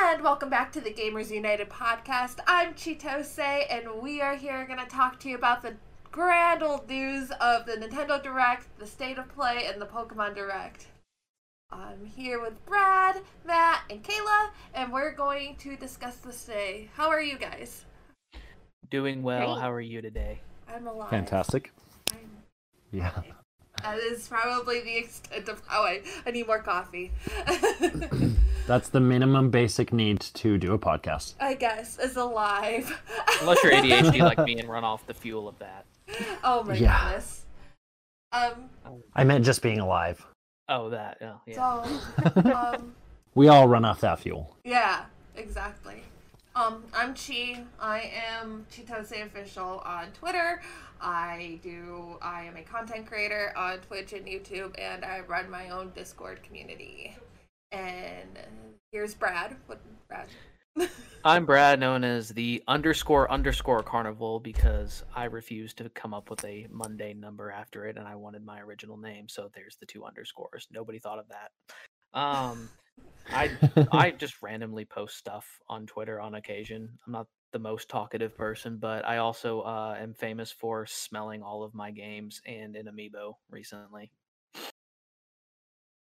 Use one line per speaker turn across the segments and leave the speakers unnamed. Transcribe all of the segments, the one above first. And welcome back to the Gamers United podcast. I'm Chitose, and we are here going to talk to you about the grand old news of the Nintendo Direct, the State of Play, and the Pokemon Direct. I'm here with Brad, Matt, and Kayla, and we're going to discuss this today. How are you guys?
Doing well.
Great.
How are you today?
I'm alive.
Fantastic.
I'm
Yeah.
That is probably the extent of how I, I need more coffee.
That's the minimum basic need to do a podcast.
I guess is alive.
Unless you're ADHD like me and run off the fuel of that.
oh my
Yeah.
goodness. Um.
I meant just being alive.
Oh, that. Oh, yeah.
So, um,
We all run off that fuel.
yeah, exactly. Um, I'm Chi. I am Chitose official on Twitter. I do. I am a content creator on Twitch and YouTube, and I run my own Discord community. And here's Brad. What Brad?
I'm Brad, known as the underscore underscore carnival because I refused to come up with a mundane number after it, and I wanted my original name. So there's the two underscores. Nobody thought of that. Um, I I just randomly post stuff on Twitter on occasion. I'm not the most talkative person, but I also uh, am famous for smelling all of my games and an amiibo recently,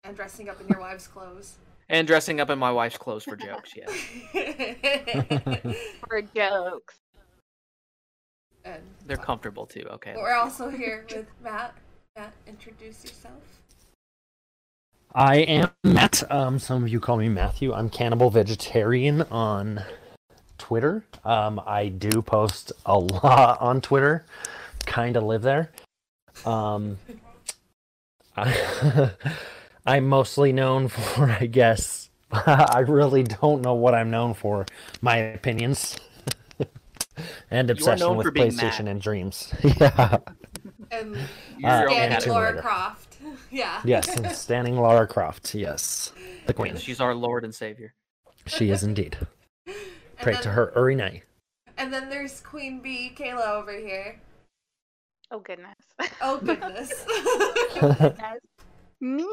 And dressing up in your wife's clothes.
and dressing up in my wife's clothes for jokes. Yeah.
for jokes.
and
They're comfortable too. Okay.
But we're also here with Matt. Matt, introduce yourself.
I am Matt. Um, some of you call me Matthew. I'm Cannibal Vegetarian on Twitter. Um, I do post a lot on Twitter. Kind of live there. Um, I, I'm mostly known for, I guess, I really don't know what I'm known for. My opinions and obsession
known
with
for being
PlayStation
Matt.
and dreams. Yeah.
And
Uh,
You're
okay.
and
okay.
Laura-
Laura
Later.
Croft. yeah.
Yes, and standing Lara Croft. Yes, the
Yes,
queen.
She's our Lord and Savior.
She is indeed.
And
Pray
then,
to her every night.
And then there's Queen Bee Kayla over here.
Oh goodness.
Oh goodness.
That's me?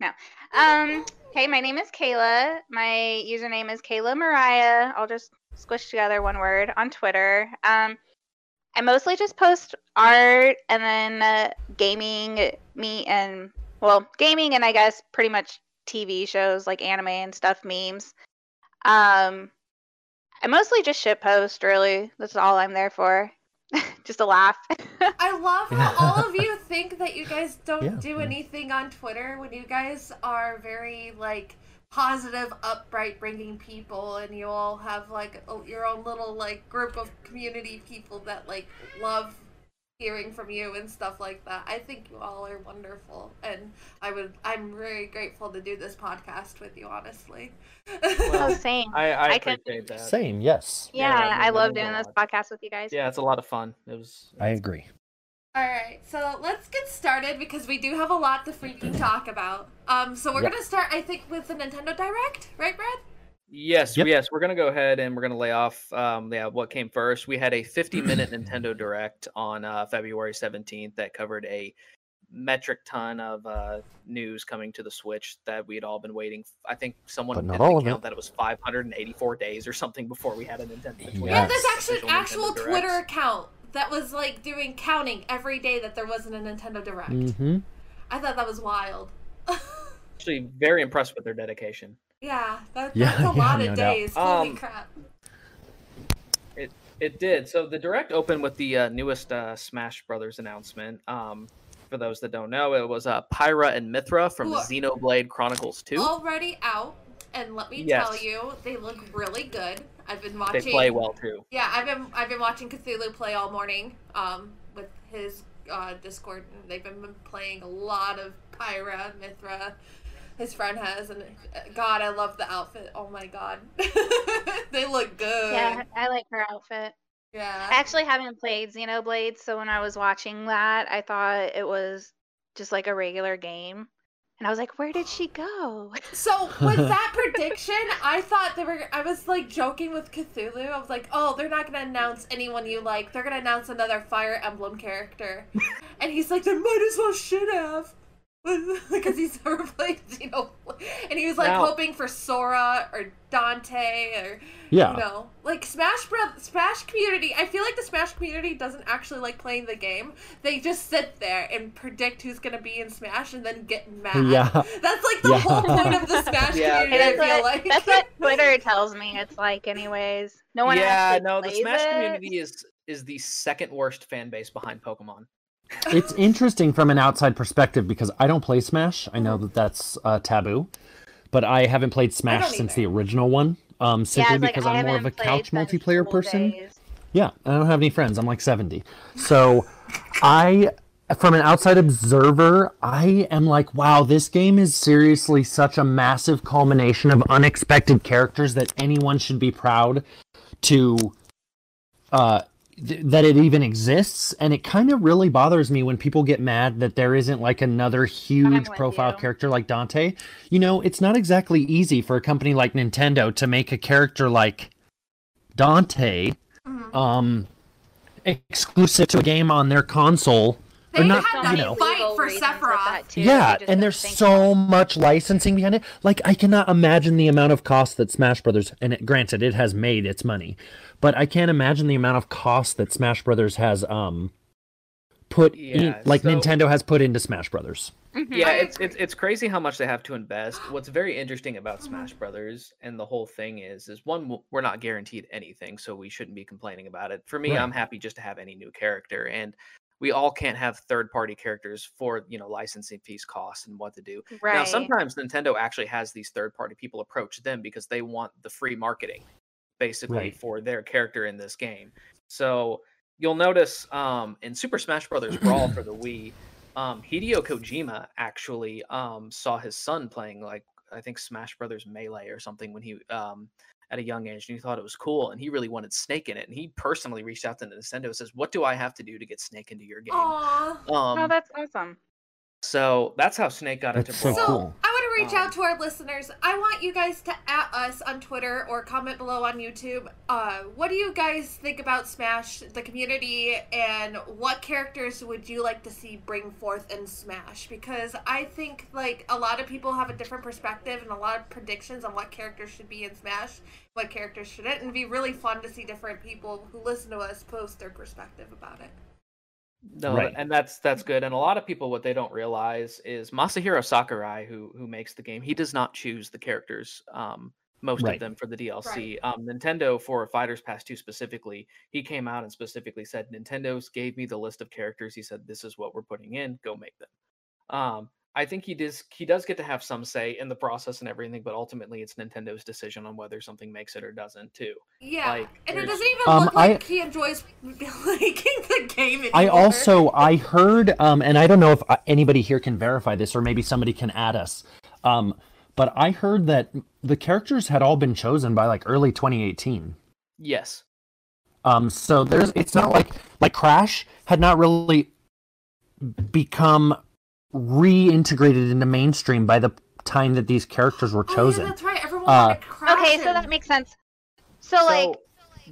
No. Um. Hey, my name is Kayla. My username is Kayla Mariah. I'll just squish together one word on Twitter. Um, I mostly just post art and then uh, gaming. Me and well, gaming and I guess pretty much TV shows like anime and stuff, memes. Um, I mostly just shit post. Really, that's all I'm there for. just to laugh.
I love how all of you think that you guys don't
Yeah,
do
yeah.
anything on Twitter when you guys are very like positive, upright, bringing people, and you all have like o- your own little like group of community people that like love hearing from you and stuff like that. I think you all are wonderful, and I would I'm very grateful to do this podcast with you. Honestly,
oh,
Well,
same.
I, I
I can-
appreciate that.
Same, yes.
Yeah,
Yeah,
that
I
means- that
love
means a
doing this
lot.
podcast with you guys.
Yeah, it's a lot of fun. It was.
I agree.
All right, so let's get started because we do have a lot to freaking talk about. Um, so we're
Yep.
gonna start, I think, with the Nintendo Direct, right, Brad?
Yes,
Yep.
yes, we're gonna go ahead and we're gonna lay off. Um, yeah, what came first? We had a 50-minute Nintendo Direct on uh, February 17th that covered a metric ton of uh, news coming to the Switch that we had all been waiting. I think someone
But not
did the
all of
count
it.
that it was 584 days or something before we had a Nintendo.
Yeah,
Yeah,
Yes.
there's actually an
Official Nintendo
actual
Directs.
Twitter account that was like doing counting every day that there wasn't a Nintendo Direct.
Mm-hmm.
I thought that was wild.
Actually, very impressed with their dedication.
yeah, that,
Yeah,
that's a
yeah,
lot of
no doubt.
days. Holy
Um,
crap.
It did. So the direct opened with the uh, newest uh, Smash Brothers announcement. Um, for those that don't know, it was uh, Pyra and Mithra from
Who are-
Xenoblade Chronicles 2.
Oh,
Already out, and let me
Yes.
tell you, they look really good. I've been
they
watching.
play well too.
Yeah, I've been I've been watching Cthulhu play all morning um, with his uh, Discord. and They've been playing a lot of Pyra, Mithra. His friend has, and uh, God, I love the outfit. Oh my God, they look good.
Yeah, I like her outfit. I
yeah.
actually haven't played Xenoblade, so when I was watching that, I thought it was just like a regular game. And I was like, where did she go?
So with that prediction, I thought they were. I was like joking with Cthulhu. I was like, "Oh, they're not gonna announce anyone you like. They're gonna announce another Fire Emblem character," and he's like, "They might as well should have." because he's never played Xenoblade, and he was like
Now-
hoping for Sora or Dante or
Yeah.
you know, like Smash Bros. Smash community. I feel like the Smash community doesn't actually like playing the game. They just sit there and predict who's gonna be in Smash and then get mad.
Yeah.
that's like the
Yeah.
whole point of the Smash
Yeah.
community. I
That's
feel
what,
like
that's what Twitter tells me. It's like, anyways, no one.
yeah,
actually
no, the
plays
Smash
it.
community is is the second worst fan base behind Pokemon.
it's interesting from an outside perspective because I don't play Smash. I know that that's uh, taboo, but I haven't played Smash since the
either.
original one. Um,
Yeah,
simply
it's like,
because
I
I'm more of
haven't
a
played
couch
since
multiplayer
school
person.
days.
Yeah, I don't have any friends. I'm like 70. So I from an outside observer, I am like, wow, this game is seriously such a massive culmination of unexpected characters that anyone should be proud to uh th- that it even exists and it kind of really bothers me when people get mad that there isn't like another huge
with
profile
you.
character like Dante. You know, it's not exactly easy for a company like Nintendo to make a character like Dante
Mhm.
um exclusive to a game on their console
they
or not
had
you
that
know
fight for
reasons with
Sephiroth.
that, too, that
yeah
you just
and
don't
there's
think
so much licensing behind it like i cannot imagine the amount of cost that smash brothers and it, granted it has made its money but i can't imagine the amount of cost that smash brothers has um put in,
Yeah,
like
so-
nintendo has put into smash brothers
Mhm.
Mm-hmm.
Yeah,
I
it's,
agree.
it's it's crazy how much they have to invest. What's very interesting about Smash
Mm-hmm.
Brothers and the whole thing is is one w- we're not guaranteed anything, so we shouldn't be complaining about it. For me,
Right.
I'm happy just to have any new character and we all can't have third party characters for, you know, licensing fees costs and what to do.
Right.
Now, sometimes Nintendo actually has these third party people approach them because they want the free marketing basically
Right.
for their character in this game. So you'll notice um, in Super Smash Brothers Brawl for the Wii, um, Hideo Kojima actually um, saw his son playing like I think Smash Brothers Melee or something when he um, at a young age, and he thought it was cool, and he really wanted Snake in it, and he personally reached out to Nintendo and says, "What do I have to do to get Snake into your game?"
Aw.
Um,
oh, that's awesome.
so that's how Snake got
That's
into
so
Brawl.
So
cool.
I want to reach
Um,
out to our listeners. I want you guys to at us on Twitter or comment below on YouTube. Uh, what do you guys think about Smash, the community, and what characters would you like to see bring forth in Smash? Because I think like a lot of people have a different perspective and a lot of predictions on what characters should be in Smash, what characters shouldn't, and it'd be really fun to see different people who listen to us post their perspective about it.
No,
Right.
and that's that's good. And a lot of people, what they don't realize is Masahiro Sakurai, who who makes the game, he does not choose the characters. Um, most
Right.
of them for the DLC. Um, Nintendo for Fighters Pass Two specifically, he came out and specifically said, "Nintendo's gave me the list of characters. He said this is what we're putting in. Go make them." Um, I think he does he does get to have some say in the process and everything, but ultimately it's Nintendo's decision on whether something makes it or doesn't too.
Yeah,
Like,
and it
there's-
doesn't even
Um,
look
I-
like he enjoys liking the game anymore.
I also I heard, um, and I don't know if uh, anybody here can verify this, or maybe somebody can add us. Um, but I heard that the characters had all been chosen by like early 2018.
Yes.
Um, so there's it's not like like Crash had not really become reintegrated into mainstream by the time that these characters were
Oh, yeah,
chosen.
that's right. Everyone
Uh,
wanted Crash
Okay, so
and-
that makes sense. So, like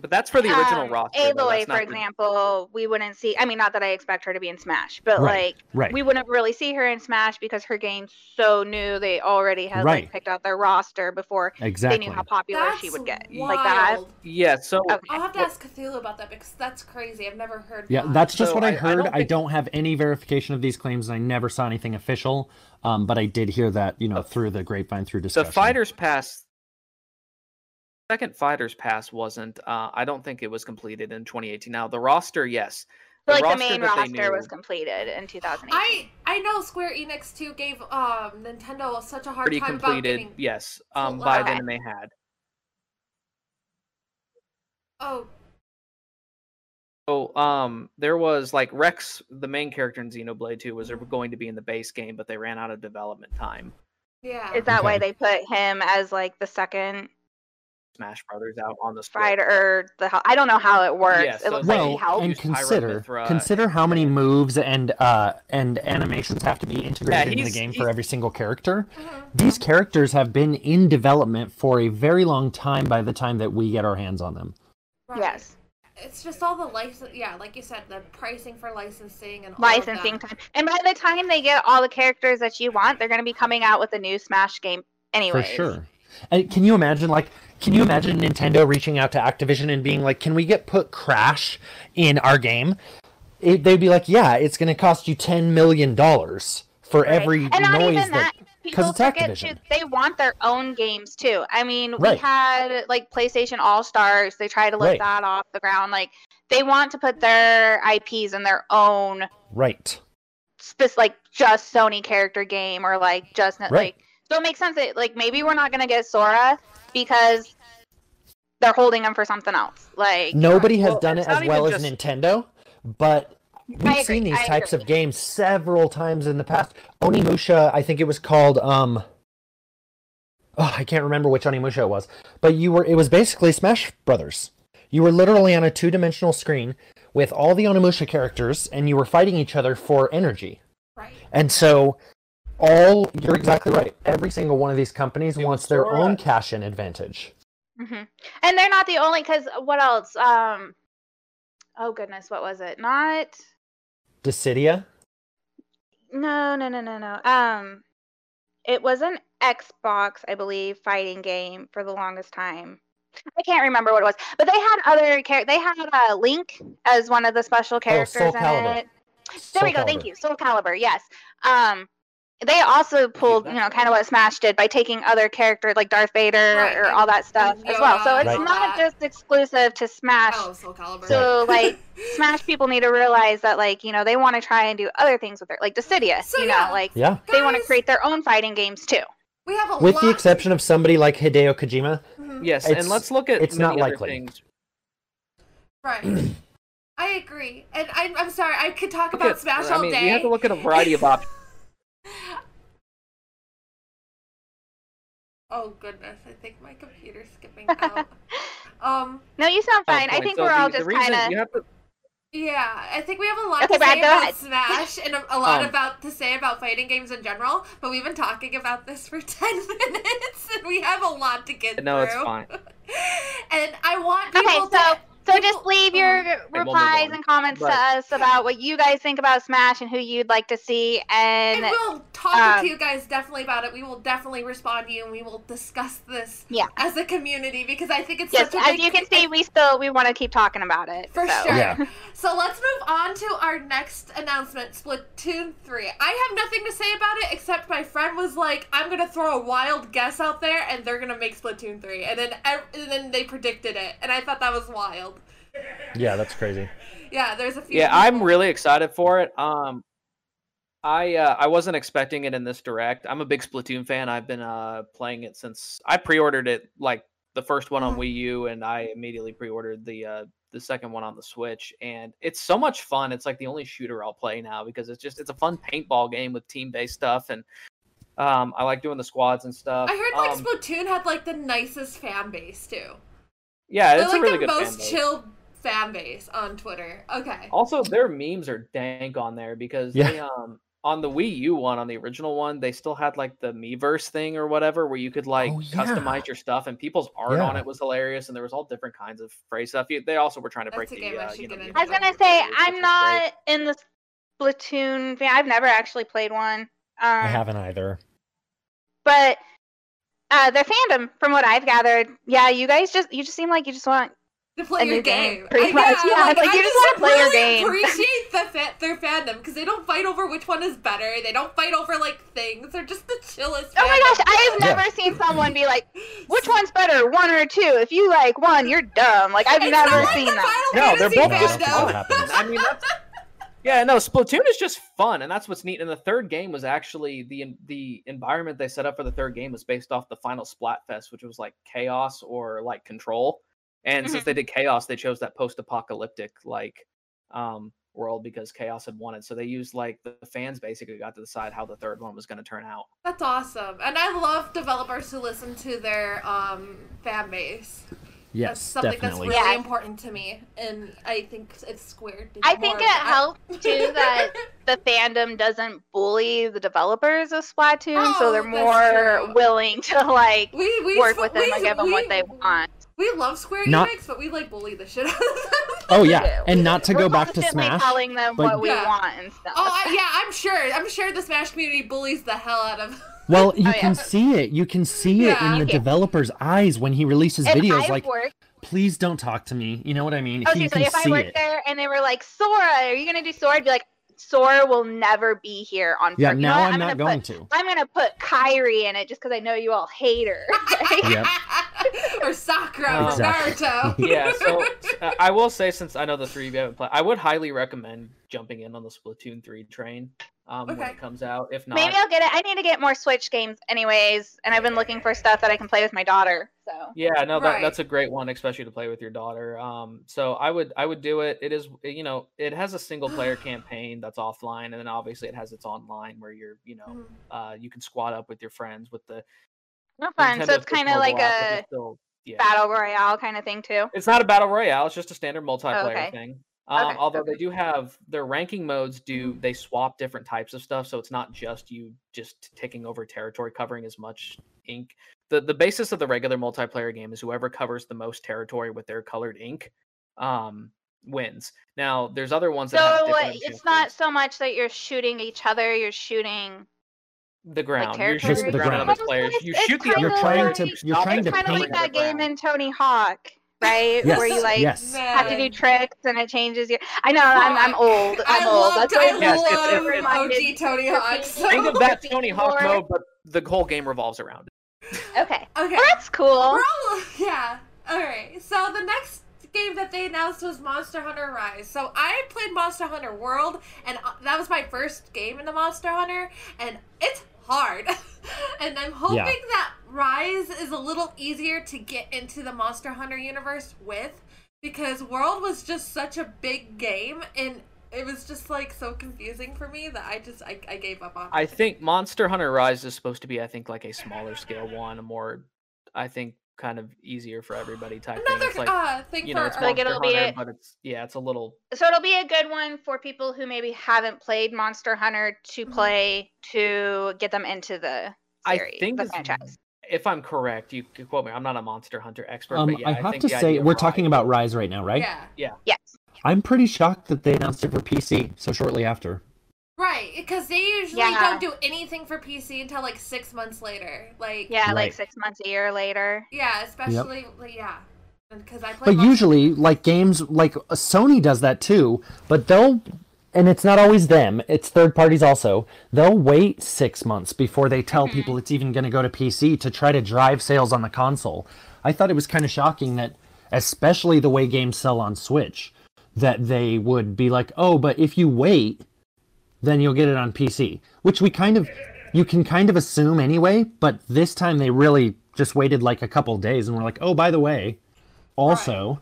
but that's for the original
um,
roster. though,
Aloy,
that's
for
not the-
example, we wouldn't see. I mean, not that I expect her to be in Smash, but
Right,
like
right.
we wouldn't really see her in Smash because her game's so new. They already had
Right.
like picked out their roster before they
exactly.
knew how popular
That's
she would get.
Wild.
Like that.
Yeah, so
Okay.
I'll have to ask Cthulhu about that because that's crazy. I've never heard.
Yeah,
that.
that's just
So
what I,
I- I
heard. I
don't
don't,
think-
have any verification of these claims, and I never saw anything official. Um, but I did hear that, you know, through the grapevine, through discussion.
the fighters pass second fighters pass wasn't uh, i don't think it was completed in 2018 now the roster yes
So,
The
like the
roster
main
that they
roster was
knew-
completed in 2008.
I I know Square Enix too gave um Nintendo such a hard
pretty
time
completed
about getting.
yes um,
Full
by
out.
then they had
Oh,
so um there was like rex the main character in xenoblade 2 was
Mm-hmm.
going to be in the base game but they ran out of development time
yeah.
Is that why
Okay.
they put him as like the second
smash brothers out on the Switch.
fighter or the hel- I don't know how it works.
Yeah,
it
so
looks like he
well,
help.
helped.
and
Use
consider
Pyrothera
consider how many
and-
moves and uh, and animations have to be integrated into the
he's-
game
he's-
for every single character.
Mhm.
These characters have been in development for a very long time by the time that we get our hands on them.
Right.
Yes.
it's just all the license. Yeah, like you said, the pricing for licensing and all of that.
licensing time. And by the time they get all the characters that you want, they're going to be coming out with a new Smash game
for
anyway.
sure. And can you imagine like can you imagine Nintendo reaching out to Activision and being like, "Can we get put Crash in our game?" It, they'd be like, "Yeah, it's going to cost you 10 million dollars for every
and not
noise
even that,
that
people
it's
forget too,
Activision.
they want their own games too. I mean, we
Right.
had like PlayStation All Stars. They tried to
Right.
lift that off the ground. Like they want to put their IPs in their own,
Right.
spec- like just Sony character game or like just
Right.
like. So it makes sense that like maybe we're not gonna get Sora because they're holding him for something else. Like
Nobody has
Well,
done
it's
it
not
as well
even
as
just-
Nintendo, but we've
agree,
seen these
I
types of
agree.
games several times in the past. Onimusha, I think it was called um oh, I can't remember which Onimusha it was, but you were it was basically Smash Brothers. You were literally on a two-dimensional screen with all the Onimusha characters and you were fighting each other for energy.
Right.
And so all you're exactly right. Every single one of these companies
It
wants
was
their
Sora.
own cash-in advantage.
hmm And they're not the only because what else? Um, oh goodness, what was it? Not
Dissidia?
no, no, no, no, no. Um, it was an Xbox, I believe, fighting game for the longest time. I can't remember what it was, but they had other characters. They had uh, Link as one of the special characters in
Oh, Calibur.
it. There
Soul
we go. Thank
Calibur.
you. Soul Calibur. Yes. Um, they also pulled, you know, kind of what Smash did by taking other characters like Darth Vader
Right,
or
and-
all that stuff
and
as well. So
Yoda
it's
and all
not
that.
just exclusive to Smash.
Oh, Soul Calibur.
So, like, Smash people need to realize that, like, you know, they want to try and do other things with their, like, Dissidia.
So,
you know,
yeah.
like
Yeah.
they want to
Guys,
create their own fighting games too.
We have a
with
lot.
the exception of somebody like Hideo Kojima,
Mhm.
Yes,
It's-
and let's look at
it's
many
not
other
likely.
things.
Right. I agree, and I'm, I'm sorry. I could talk
Look
about
at-
Smash
I
all
mean,
day.
we have to look at a variety of options.
Oh goodness, I think my computer's skipping out. um,
No, you sound fine. I
PowerPoint. Oh,
think
So
we're
the-
all
the
just
reason
kind
you
of.
have to-
yeah, I think we have a lot
Okay,
to
Brad,
say
go
about
ahead.
Smash and a, a lot
Um,
about to say about fighting games in general. But we've been talking about this for ten minutes, and we have a lot to get
No,
through.
it's fine.
And I want people
Okay,
to.
so so just leave your
we'll move
replies
on.
and comments
But-
to us about what you guys think about Smash and who you'd like to see.
And
And
we'll talk
um,
to you guys definitely about it. We will definitely respond to you, and we will discuss this
Yeah.
as a community because I think it's
yes,
such a
as
big
you can see, we still we want to keep talking about it.
For
so.
sure.
Yeah.
So let's move on to our next announcement, Splatoon 3. I have nothing to say about it except my friend was like, I'm going to throw a wild guess out there and they're going to make Splatoon 3. And then ev- and then they predicted it. And I thought that was wild.
yeah, that's crazy.
Yeah, there's a few.
Yeah, I'm
people-
really excited for it. Um, I uh, I wasn't expecting it in this direct. I'm a big Splatoon fan. I've been uh playing it since I pre-ordered it like the first one on
Mhm.
Wii U, and I immediately pre-ordered the uh the second one on the Switch. And it's so much fun. It's like the only shooter I'll play now because it's just it's a fun paintball game with team-based stuff, and um I like doing the squads and stuff.
I heard like
Um,
Splatoon had like the nicest fan base too.
yeah,
They're
it's
like
a really
the
good fan
most
base.
chill fan base on Twitter. Okay.
Also, their memes are dank on there because
Yeah.
they, um, on the Wii U one, on the original one, they still had like the Miiverse thing or whatever, where you could like
Oh,
customize your stuff, and people's art on
Yeah.
it was hilarious, and there was all different kinds of phrase stuff. You- They also were trying to
That's
break
a
the.
game I
uh,
should
you know,
get
the
into.
I was
adult
gonna
movie
say
rules, which
I'm
was
not in the Splatoon. fan. I've never actually played one. Um,
I haven't either.
but uh, the fandom, from what I've gathered, yeah, you guys just you just seem like you just want.
to play
a
your
new game,
game.
pretty
I-
much. Yeah, like, you just wanna play your game.
Appreciate the fa- their fandom because they don't fight over which one is better. They don't fight over like things. They're just the chillest.
Oh my
fandom.
gosh, I have
Yeah.
never seen someone be like, "Which one's better, one or two? If you like one, you're dumb." Like I've
It's not
never
like
seen
the
that.
Final
No, they're
Fantasy
both
No,
just
that's
fandom.
what
fun.
happens.
I mean, that's, yeah, no, Splatoon is just fun, and that's what's neat. And the third game was actually the en- the environment they set up for the third game was based off the final Splatfest, which was like chaos or like control. And since they did chaos, they chose that post-apocalyptic like um, world because chaos had won it. So they used like the fans basically got to decide how the third one was going to turn out.
That's awesome, and I love developers who listen to their um, fan base. that's something that's really
Yeah.
important to me, and I think if Square did
I
more
think
of
it
that-
helped too that the fandom doesn't bully the developers of Splatoon, so
Oh,
they're
that's
more
true.
willing to like
we, we
work
sp-
with them
we-
and give them what
we-
they want.
We love Square
Not-
Enix, but we like bully the shit out of them.
Oh yeah, and not to go back to Smash.
telling them
but-
what we
Yeah.
want and stuff.
Oh I, yeah, I'm sure. I'm sure the Smash community bullies the hell out of.
Well, you
Oh, yeah.
can see it. You can see it
Yeah.
in the
Okay.
developer's eyes when he releases
if
videos.
I
like,
worked,
please don't talk to me. You know what I mean?
okay,
he
so
can
if I
see
worked
it.
there and they were like, Sora, are you gonna do Sora? I'd be like, Sora will never be here on.
Yeah,
Fortnite." You know
now
what?
I'm, not
gonna
going
put,
to.
I'm gonna put Kyrie in it just because I know you all hate her. Like,
Yep.
or Sakura
Exactly.
or Naruto.
yeah, so uh, I will say since I know the three of you haven't played, I would highly recommend jumping in on the Splatoon three train um, when
Okay.
it comes out. If not,
Maybe I'll get it. I need to get more Switch games, anyways, and I've been looking for stuff that I can play with my daughter. So
yeah, no, that,
Right.
that's a great one, especially to play with your daughter. Um, so I would I would do it. It is you know it has a single player campaign that's offline, and then obviously it has its online where you're you know
Mm-hmm.
uh, you can squad up with your friends with the
no fun.
Nintendo
so it's
Switch
kind of like
mobile app, but
a
it's still- yeah.
battle royale kind of thing too.
It's not a battle royale. It's just a standard multiplayer
okay.
thing. Um,
Okay,
although they
okay.
do have their ranking modes. Do they swap different types of stuff? So it's not just you just taking over territory, covering as much ink. the The basis of the regular multiplayer game is whoever covers the most territory with their colored ink um, wins. Now there's other ones that have
So
different
uh, it's not
objectives.
so much that you're shooting each other; you're shooting.
the ground. You're
territory
shooting the
Just the
ground
ground.
of the players. You
It's
shoot the
kind
other
You're trying
players,
to
you
you're
stop
trying
It's
to
them
kind of
from covering
paint
like that
the
game
ground.
in Tony Hawk, right? Where you
Yes,
like
yes.
have to do tricks and it changes your. I know I'm, I'm old. I'm
I
old.
love,
That's
I
why
Yes, it's-
love
it's- it's-
OG Tony Hawk. So.
Think of that Tony Hawk
Lord.
mode, but the whole game revolves around it.
okay.
Okay.
Well, that's cool.
We're all, yeah. All right. So the next game that they announced was Monster Hunter Rise. So I played Monster Hunter World, and uh, that was my first game in the Monster Hunter, and it's hard. and I'm hoping
Yeah.
that Rise is a little easier to get into the Monster Hunter universe with, because World was just such a big game and. It was just like so confusing for me that I just I, I gave up on. it.
I think Monster Hunter Rise is supposed to be, I think, like a smaller scale one, a more, I think, kind of easier for everybody type
Another
thing. It's like,
uh, thing
you
for
know, it's
uh,
like
Monster
it'll be
Hunter,
a-
but it's yeah, it's a little.
So it'll be a good one for people who maybe haven't played Monster Hunter to
Mhm.
play to get them into the series,
I think
the
it's-
franchise.
if I'm correct, you could quote me. I'm not a Monster Hunter expert,
Um,
but yeah,
I
I,
have
think
to
the
say
idea of
we're
Rise-
talking about Rise right now, right?
Yeah.
Yes.
I'm pretty shocked that they announced it for PC so shortly after.
Right, because they usually
Yeah.
don't do anything for PC until like six months later. Like,
Yeah, like
Right.
six months, a year later.
yeah, especially like, yeah, because I play.
But usually, like games, like uh, Sony does that too. But they'll, and it's not always them; it's third parties also. They'll wait six months before they tell people it's even going to go to PC to try to drive sales on the console. I thought it was kind of shocking that, especially the way games sell on Switch, that they would be like, "Oh, but if you wait, then you'll get it on PC," which we kind of, you can kind of assume anyway. But this time they really just waited like a couple days and were like, "Oh, by the way." Also,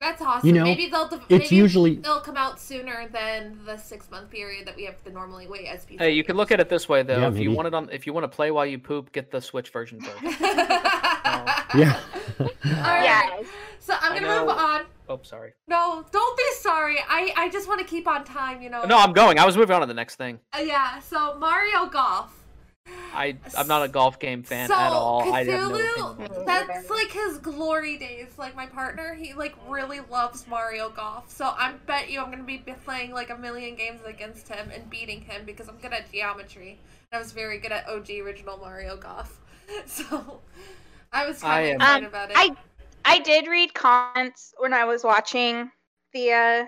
That's awesome.
you know,
maybe they'll. de-
it's
maybe
usually-
they'll come out sooner than the six month period that we have to normally wait as PC.
Hey, you could look at it this way though.
Yeah,
if you
maybe.
want it on, if you want to play while you poop, get the Switch version first.
Yeah.
All right.
Yes.
So I'm
I
gonna move
know.
on.
oh, sorry.
No, don't be sorry. I I just want to keep on time. You know.
No, I'm going. I was moving on to the next thing.
Uh, yeah. So Mario Golf.
I I'm not a golf game fan
so
at all. I have
Cthulhu-
no opinion on it.
Me
That's
either.
like his glory days. Like my partner, he like really loves Mario Golf. So I bet you I'm gonna be playing like a million games against him and beating him because I'm good at geometry. And I was very good at OG original Mario Golf. So I was
I
kind of excited
am-
Um,
about it.
I I did read comments when I was watching the uh,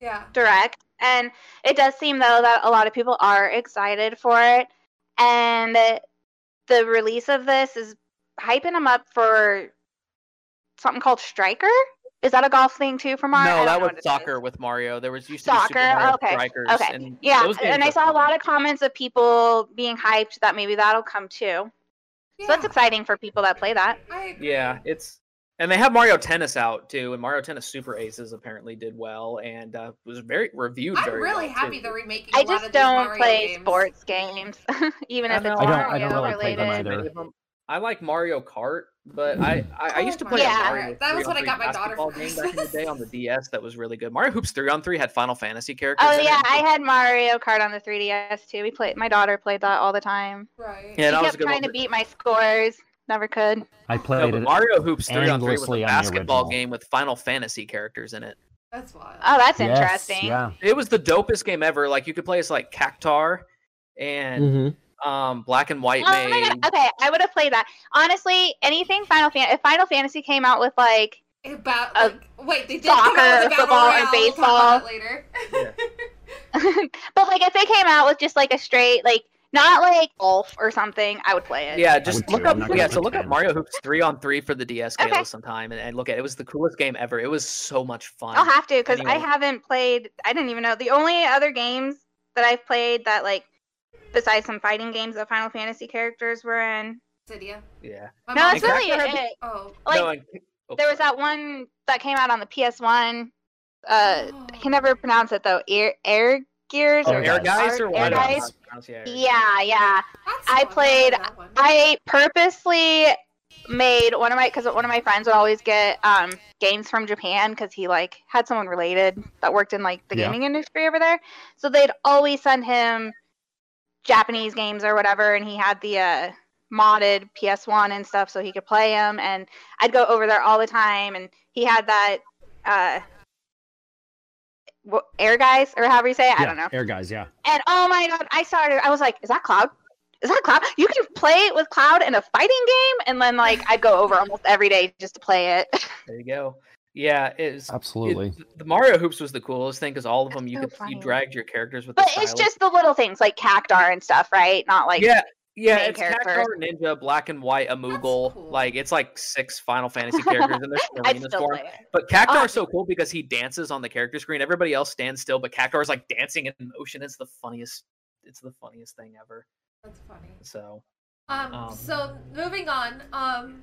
yeah.
direct, and it does seem though that a lot of people are excited for it, and the release of this is hyping them up for something called Striker. Is that a golf thing too for Mario? I
No,
don't
that
know
was
what it is.
soccer with Mario. There was used to be
Soccer,
Super Mario
okay,
Strikers.
Okay.
And
yeah,
those games
and I
are
saw a
fun.
lot of comments of people being hyped that maybe that'll come too.
yeah.
So that's exciting for people that play that.
I agree.
Yeah, it's and they have Mario Tennis out too, and Mario Tennis Super Aces apparently did well and uh, was very reviewed.
I'm
very
really
well,
happy
too.
they're remaking. a
I
lot of
just
these
don't
Mario
play
games.
sports games, even
I
if it's
know,
I
Mario
don't- I don't really play them
related.
either.
Many of 'em- I like Mario Kart, but I I, I
Oh
used to
my
play
God.
a Mario
That was what I
3
got
on 3
my daughter
basketball
for
game back in the day on the DS that was really good. Mario Hoops three on three had Final Fantasy characters.
Oh
in it,
yeah,
and
I
it-
had Mario Kart on the 3DS too. We played. My daughter played that all the time.
Right.
Yeah, that
she
was a
kept
good
trying
one.
to beat my scores. Never could.
I
No,
played
but
it.
Mario Hoops three on three was
endlessly
a
on the
basketball
original.
game with Final Fantasy characters in it.
That's wild.
Oh, that's
Yes,
interesting.
Yeah.
It was the dopest game ever. Like you could play as like Cactar and
hmm
um Black and White
Oh my
Mage.
god. Okay, I would have played that. Honestly, anything Final Fantasy. If Final Fantasy came out with like,
About
Uh,
like, wait, they did come out
soccer,
with a battle
football,
royale.
and
We'll talk about
baseball.
that later.
but like if they came out with just like a straight like not like golf or something, I would play it.
Yeah, just
would
look
too. I'm
up.
not gonna
Yeah, so
play
look up
Thanos.
Mario Hoops three on three for the DS Gala
Okay.
sometime, and, and look at it. It was the coolest game ever. It was so much fun.
I'll have to because I
Anyway.
haven't played. I didn't even know the only other games that I've played that like besides some fighting games that Final Fantasy characters were in.
Cydia.
yeah,
My
No,
mom-
that's really
Exactly.
it.
Oh.
Like
No, and- oh,
there was that one that came out on the PS One. Uh, I
Oh.
can never pronounce it though. Air Air Gears
Oh,
or
Air
Air
guys or
Air
what? I don't know how
Guys?
to pronounce it. Air Guys.
Yeah, yeah.
That's
I
fun.
played-
like that one.
I purposely made one of my because one of my friends would always get um, games from Japan because he like had someone related that worked in like the
Yeah.
gaming industry over there, so they'd always send him Japanese games or whatever, and he had the uh, modded PS1 and stuff so he could play them, and I'd go over there all the time, and he had that. Uh, wh- Air guys, or however you say it, I
Yeah,
don't know.
Air guys, yeah.
And oh my god, I started. I was like, "Is that Cloud? Is that Cloud? You can play with Cloud in a fighting game?" And then like I'd go over almost every day just to play it.
There you go. Yeah, it's
Absolutely.
the Mario Hoops was the coolest thing because all of
That's
them you
so
could
funny.
you dragged your characters with.
But
the
it's
stylus.
just the little things like Cactar and stuff, right? Not like
yeah, yeah.
main
It's Cactar,
characters.
Ninja, Black and White, a Moogle.
cool.
Like it's like six Final Fantasy characters in this
I'd
arena
still
storm.
play it.
But Cactar
Oh.
is so cool because he dances on the character screen. Everybody else stands still, but Cactar is like dancing in motion. It's the funniest. It's the funniest thing ever.
That's funny.
So
Um,
Um,
so moving on. Um,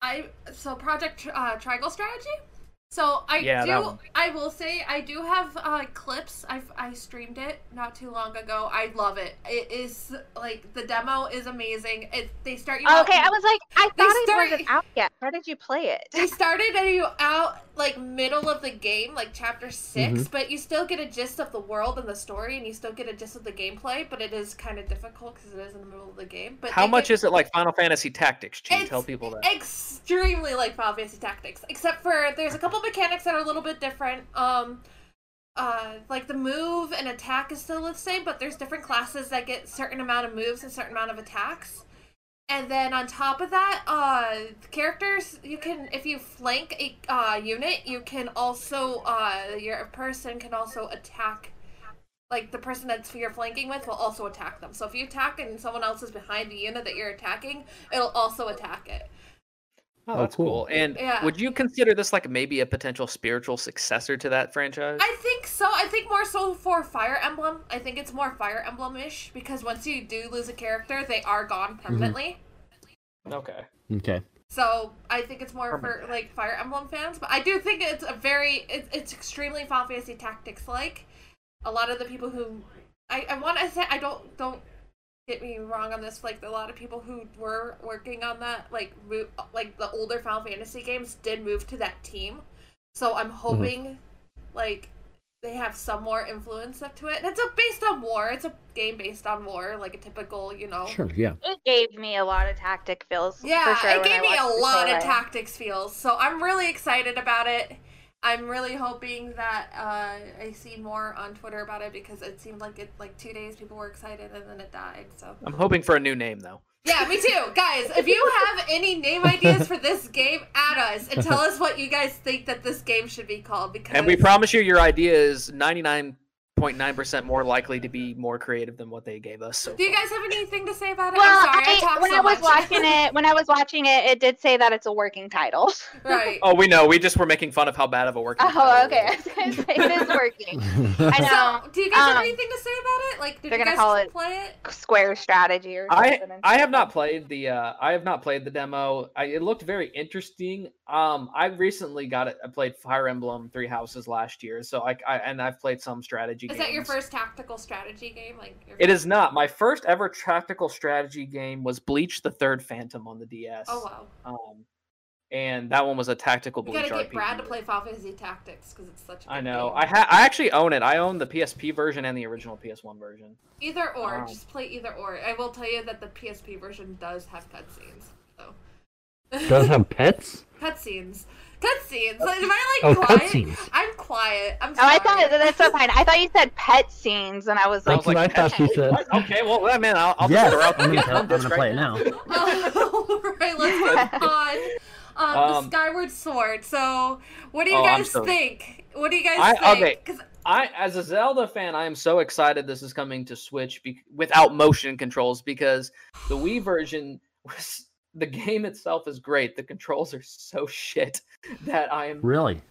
I so project Tr- uh, triangle strategy. So I
Yeah, that
do.
one.
I will say I do have uh, clips. I I streamed it not too long ago. I love it. It is like the demo is amazing. It they start you. out-
okay, I was like, I
They
thought it
start-
wasn't out yet. How did you play it?
they started you out like middle of the game, like chapter 6
Mm-hmm.
but you still get a gist of the world and the story, and you still get a gist of the gameplay. But it is kind of difficult because it is in the middle of the game. But
how
they
much
get-
is it like Final Fantasy Tactics? Gene,
It's-
tell people that.
extremely like Final Fantasy Tactics, except for there's a couple mechanics that are a little bit different. Um, uh, like the move and attack is still the same, but there's different classes that get certain amount of moves and certain amount of attacks. And then on top of that, uh, the characters you can if you flank a uh, unit, you can also uh, your person can also attack. Like the person that's you're flanking with will also attack them. So if you attack and someone else is behind the unit that you're attacking, it'll also attack it.
Oh,
Oh,
that's cool.
cool.
And
Yeah.
would you consider this like maybe a potential spiritual successor to that franchise?
I think so. I think more so for Fire Emblem. I think it's more Fire Emblem ish because once you do lose a character, they are gone permanently.
okay.
Okay.
So I think it's more for like Fire Emblem fans. But I do think it's a very it's it's extremely Final Fantasy Tactics like. A lot of the people who I I want to say I don't don't get me wrong on this. Like a lot of people who were working on that like move like the older Final Fantasy games did move to that team. So I'm hoping like they have some more influence up to it. And it's a based on war. It's a game based on war, like a typical you
Oh.
know.
Sure. Yeah.
It gave me a lot of tactic feels.
Yeah,
for sure
it
when I
gave me a
watched the
lot of
trailer.
tactics feels, so I'm really excited about it. I'm really hoping that uh, I see more on Twitter about it because it seemed like it like two days people were excited and then it died. So
I'm hoping for a new name though.
yeah, me too, guys. If you have any name ideas for this game, add us and tell us what you guys think that this game should be called. Because
And we promise you your idea is 99.9% more likely to be more creative than what they gave us. So
do you
far.
guys have anything to say about it?
Well,
I'm sorry, I,
I-
talked
when
so
I was
much.
watching it, when I was watching it, it did say that it's a working title.
right.
Oh, we know. We just were making fun of how bad of a working
Oh,
title it
okay. I
is.
was gonna say it is working. I know.
So, do you guys have
um,
anything to say about it? Like, did
they're
you
gonna
guys
call it-
play it?
Square strategy or
I
something.
I have not played the uh, I have not played the demo. I, it looked very interesting. Um, I recently got it. I played Fire Emblem Three Houses last year, so I, I and I've played some strategy.
Is that your
games.
first tactical strategy game? Like your
It is not. My first ever tactical strategy game was Bleach the Third Phantom on the DS.
Oh wow!
Um, and that one was a tactical
We
Bleach
gotta get
RPG.
Brad to play Final Fantasy Tactics because it's such. a
I
good
know.
game.
I ha- I actually own it. I own the PSP version and the original PS1 version.
either or.
Wow.
Just play either or. I will tell you that the PSP version does have cutscenes. So
Does have pets?
cutscenes, cutscenes. Am I
Oh,
like quiet?
cutscenes.
I'm quiet. I'm
Oh,
sorry.
I thought that's so fine. I thought you said pet scenes, and I was like,
That's
That's what I thought she said.
okay, well, I mean, I'll, I'll
Yes,
put her out
I'm
there.
gonna, tell- I'm
This
gonna
right
play it now.
Oh, all right, let's move on. Um,
Um,
the Skyward Sword. So, what do you
Oh, I'm
guys
so-
think? What do you guys
I-
think?
okay.
'Cause-
I, as a Zelda fan, I am so excited this is coming to Switch be- without motion controls because the Wii version was the game itself is great. The controls are so shit that I am
Really?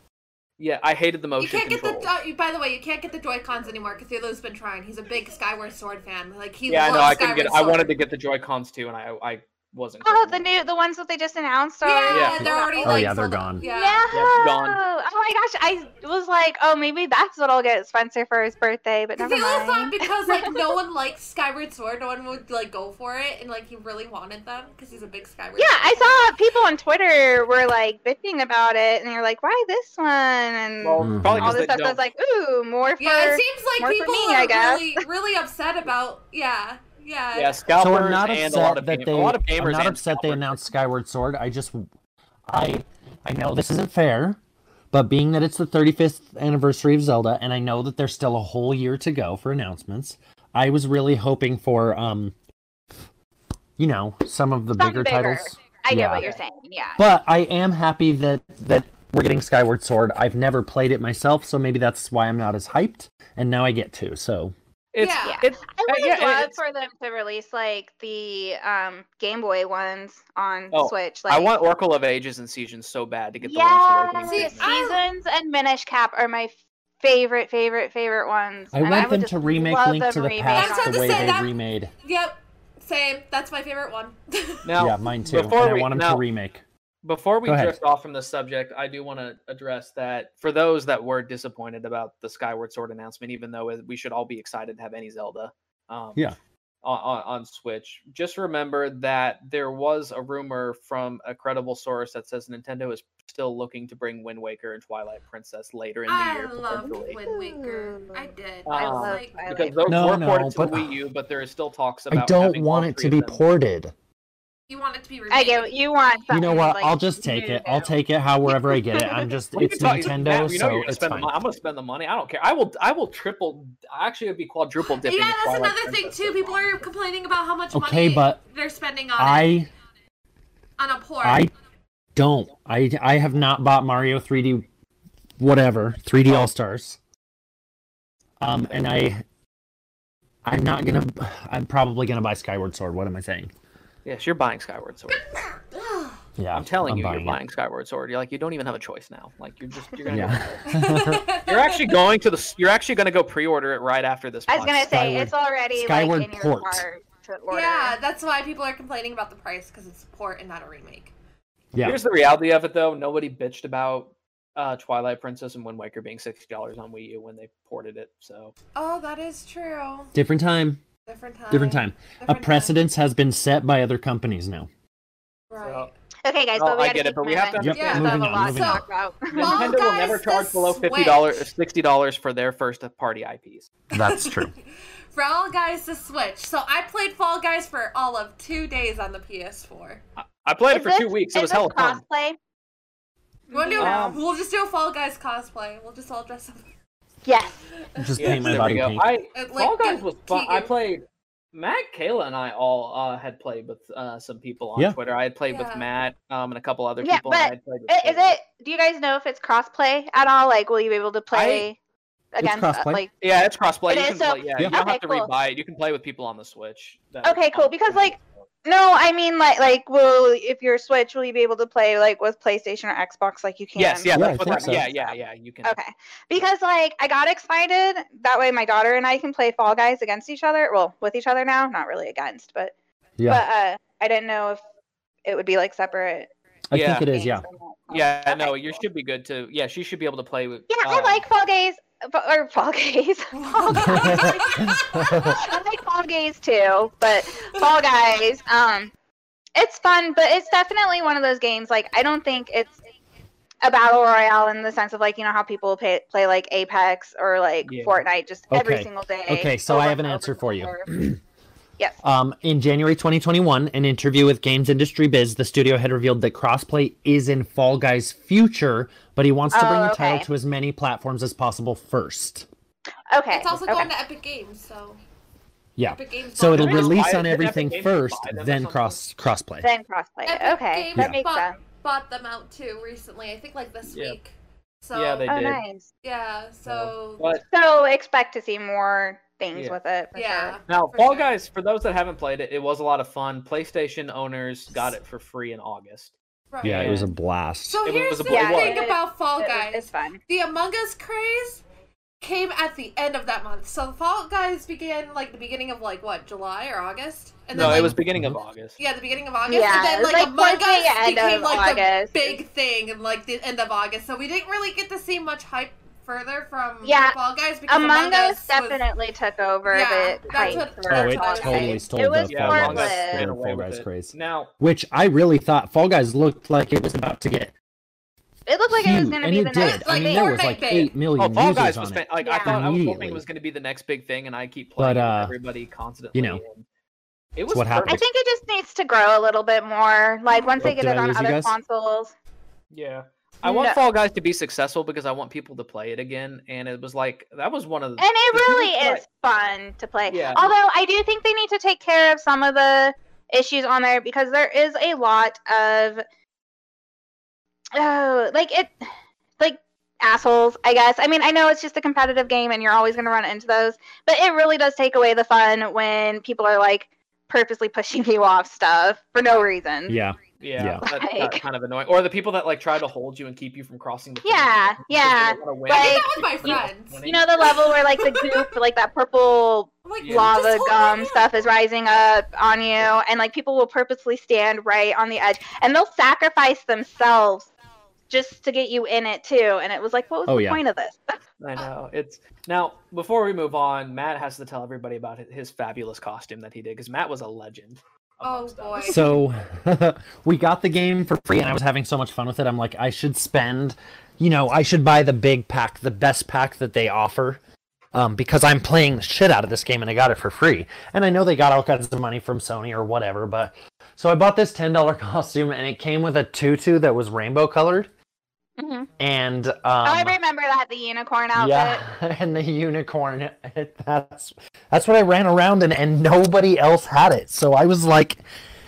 yeah I hated the
you
motion
can't
controls.
get the. Uh, you- by the way, you can't get the Joy Cons anymore because Theo's been trying. He's a big Skyward Sword fan. Like he
yeah, I
loves
know I
Skyward
couldn't get. I
Sword.
wanted to get the Joy Cons too, and I I wasn't.
oh,
clicking
the
it.
new, the ones that they just announced are.
Yeah,
Yeah.
they're already.
Oh,
like,
yeah, they're
sold out.
gone.
Yeah.
it's gone.
No! Oh my gosh, I was like, oh, maybe that's what I'll get Spencer for his birthday, but never
Never thought
mind.
because like no one liked Skyward Sword, no one would like go for it, and like he really wanted them because he's a big Skyward.
Yeah,
Sword fan.
I saw people on Twitter were like bitching about it, and they were like, why this one? And
Well,
Mhm.
probably
all
'cause
this
they
stuff. I
don't-
was like, ooh, more for.
Yeah, it seems like
more for
people
me,
are
I guess.
really, really upset about. Yeah, yeah.
yeah,
So
scalpers
I'm not
and a lot
upset
of
that
gam-
they.
a lot of
I'm
gamers
not
and
upset they
scalpers.
announced Skyward Sword. I just, I, I know this isn't fair, but being that it's the 35th anniversary of Zelda, and I know that there's still a whole year to go for announcements, I was really hoping for um, you know, some of the
Some
bigger,
bigger.
titles.
I get
Yeah.
what you're saying. Yeah.
But I am happy that that we're getting Skyward Sword. I've never played it myself, so maybe that's why I'm not as hyped. And now I get to. So
It's,
Yeah.
it's
I would
yeah,
have
and
loved
it's-
for them to release like the um, Game Boy ones on
Oh,
Switch. Like,
I want Oracle of Ages and Seasons so bad to get the ones that
yeah,
are
See,
getting-
I-
Seasons and Minish Cap are my favorite, favorite, favorite ones.
I
and
want
would
them
just
to remake
love
Link
them
to the
remade
That's
Past
what
on-
the
I
way
said,
they
that-
remade.
Yep. Same. That's my favorite one.
now.
yeah, mine too. And
before
I
we-
want them
now-
to remake.
Before we
Go ahead.
drift off from the subject, I do want to address that for those that were disappointed about the Skyward Sword announcement, even though it- we should all be excited to have any Zelda. Um,
Yeah.
On, on, on Switch, just remember that there was a rumor from a credible source that says Nintendo is still looking to bring Wind Waker and Twilight Princess later in the
I
year.
loved
potentially.
Wind Waker. I did.
Uh,
I
Um,
was
love
like,
Twilight.
because those
No,
were
no,
ported to
but-
the Wii U, but there is still talks about.
I don't
having all
want it
three
to
of
be
them.
ported.
you want it to be remade.
I get what you want.
You know
something,
what?
like,
I'll just take
new
it. I'll
though.
take it however I get it. I'm just
Well, you
it's
can talk- Matt,
Nintendo,
you know
so
you're gonna
it's
spend the
fine.
mon- I'm gonna spend the money. I don't care. I will. I will triple. Actually, it'd be quadruple dipping.
yeah,
in
that's
Twilight
another thing
Princess
too.
so
People
far.
are complaining about how much
Okay,
money
but
they're spending on it,
I
on a port.
I don't. I I have not bought Mario 3D whatever, 3D All Stars. Um and I I'm not going to I'm probably going to buy Skyward Sword. What am I saying?
Yes, you're buying Skyward Sword.
Yeah.
I'm telling you,
buying
you're
it.
buying Skyward Sword. You're like, you don't even have a choice now. Like, you're just. You're gonna. go-
Yeah.
You're actually going to the. s- You're actually gonna go pre-order it right after this.
I was gonna
podcast.
say it's already
Skyward
like in
Port.
your car to order.
yeah, that's why people are complaining about the price because it's a port and not a remake.
yeah.
Here's the reality of it, though. Nobody bitched about uh, Twilight Princess and Wind Waker being sixty dollars on Wii U when they ported it. So
Oh, that is true.
Different time.
Different time.
Different time.
Different
A
time.
precedence has been set by other companies now.
Right.
Okay, guys,
Oh,
but we
I
gotta
get it,
keep
but we have to
understand-
moving. We still have
Moving
a
on,
lot to
moving on.
talk about.
Well,
Nintendo will never
guys,
charge
the
below fifty dollars, sixty dollars for their first party IPs.
That's true.
For all guys to switch. So I played Fall Guys for all of two days on the PS4.
I played
Is
it for
this-
two weeks. It
is
was
this
hella fun.
cosplay?
You wanna do-
Um,
we'll just do a Fall Guys cosplay. We'll just all dress up.
Yes.
Just
Yeah,
paint my
there
body
we go.
pink.
I,
It,
Fall
like,
Guys
got
was fun. I
Keegan.
played Matt, Kayla, and I all uh, had played with uh, some people on
Yeah.
Twitter. I had played
Yeah.
with Matt um, and a couple other
Yeah,
people. and I
but
had played with
I- Is
Kayla.
it? Do you guys know if it's crossplay at all? Like, will you be able to play against uh,
crossplay.
like?
Yeah, it's crossplay.
It
You
is,
can
so-
play. Yeah,
Yeah.
you don't have
Okay,
to
cool.
rebuy it. You can play with people on the Switch. that-
Okay, cool, because, like, No, I mean like like will if you're Switch, will you be able to play like with PlayStation or Xbox like you can?
yes, yeah,
Yeah, I
that's what
think
that,
so.
yeah, yeah, yeah. You can.
Okay. Because like I got excited that way my daughter and I can play Fall Guys against each other. Well, with each other now, not really against, but
Yeah.
but uh I didn't know if it would be like separate.
I
Yeah.
think it is,
games
yeah.
or not.
Yeah,
Okay,
no, you
cool.
should be good to. Yeah, she should be able to play with.
Yeah, I
um,
like Fall Guys f- or Fall Guys. Fall Guys. I like Fall Guys too, but Fall Guys, um, it's fun, but it's definitely one of those games. Like, I don't think it's a battle royale in the sense of like you know how people pay, play like Apex or like
Yeah.
Fortnite just every
Okay.
single day.
Okay, so
over
I have an
and over
answer
and
for you.
over. Yes.
Um, in January 2021, an interview with Games Industry Biz, the studio had revealed that crossplay is in Fall Guys' future, but he wants to bring
Oh,
the title
okay.
to as many platforms as possible first. Uh,
Okay.
It's also
okay.
going to Epic Games, so
Yeah.
Epic Games.
So
bought
it'll
it.
Can I just
release
buy-
on
didn't
everything
Epic Games
first,
buy them or
then
something?
cross crossplay.
Then crossplay.
Epic
Okay,
Games
that makes
bought,
sense.
bought them out too recently. I think like this
Yeah.
week. So
Yeah, they-
Oh,
did.
nice.
yeah, so
But
So expect to see more things
Yeah.
with it. For
yeah.
Sure.
now,
for
Fall
sure.
Guys, for those that haven't played it, it was a lot of fun. PlayStation owners got it for free in August.
Right.
Yeah, it was a
Yeah.
blast.
So
It
here's
was a
the
bl-
it
thing
was.
about Fall
It was-
Guys.
It's fun.
the Among Us craze came at the end of that month. So Fall Guys began like the beginning of like what July or August, and
No,
then
it
like,
was beginning of August.
yeah the beginning of August,
Yeah,
and then
it was,
like,
like,
Among
towards the
Us
end
became
of
like
August.
the big thing, and like the end of August. So we didn't really get to see much hype further from
Yeah,
Fall Guys because
Among, Us
was-
definitely took over
Yeah,
the
that's
hype
what-
for
that's
Oh, it
what I
Fall
was
totally
saying.
Guys.
stole
It was
the
Yeah,
Fall
Among
Fall
Us
Guys,
Guys.
ran
the
away
Fall
with
Guys
it.
craze.
Now,
Which I really thought Fall Guys looked like it was about to get
It looked like it was
huge,
going to
and
be
it
the next
did.
It's
I
like
mean, there was
Fortnite
like
bait.
eight million
oh, Fall
users
Guys
on
was
it.
fan- like I
Yeah.
thought I was hoping
Immediately.
it was going to be the next big thing, and I keep playing
But,
it with
uh,
everybody constantly.
know,
and it was
what happened.
I
perfect.
think it just needs to grow a little bit more. Like once
Oh,
they get
did
it
I
on
lose you
other
guys?
consoles.
Yeah. I want
No.
Fall Guys to be successful because I want people to play it again. And it was like that was one of
And
the
it
If you
really
look
is fun to play.
Yeah.
Although I do think they need to take care of some of the issues on there because there is a lot of oh, like it like assholes, I guess. I mean, I know it's just a competitive game and you're always going to run into those, but it really does take away the fun when people are like purposely pushing you off stuff for no reason.
Yeah,
yeah,
Yeah.
That, that
Like-
kind of annoying. Or the people that like try to hold you and keep you from crossing the finish
Yeah,
line because they
yeah.
wanna win.
Like, I did
that with my friends.
Winning.
You know the level where like the goop, like that purple
I'm like
Yeah.
just
lava
hold
gum
on.
stuff is rising up on you and like people will purposely stand right on the edge and they'll sacrifice themselves just to get you in it too and it was like what was
Oh,
the
yeah.
point of this
I know. It's now before we move on, Matt has to tell everybody about hi- his fabulous costume that he did because Matt was a legend.
Oh,
amongst us.
boy.
so we got the game for free and i was having so much fun with it i'm like i should spend you know i should buy the big pack the best pack that they offer um, because i'm playing the shit out of this game and i got it for free and i know they got all kinds of money from sony or whatever but so i bought this $10 costume and it came with a tutu that was rainbow colored
Mm-hmm.
and um,
oh i remember that the unicorn outfit
yeah, and the unicorn. That's that's what I ran around in, and nobody else had it. So I was like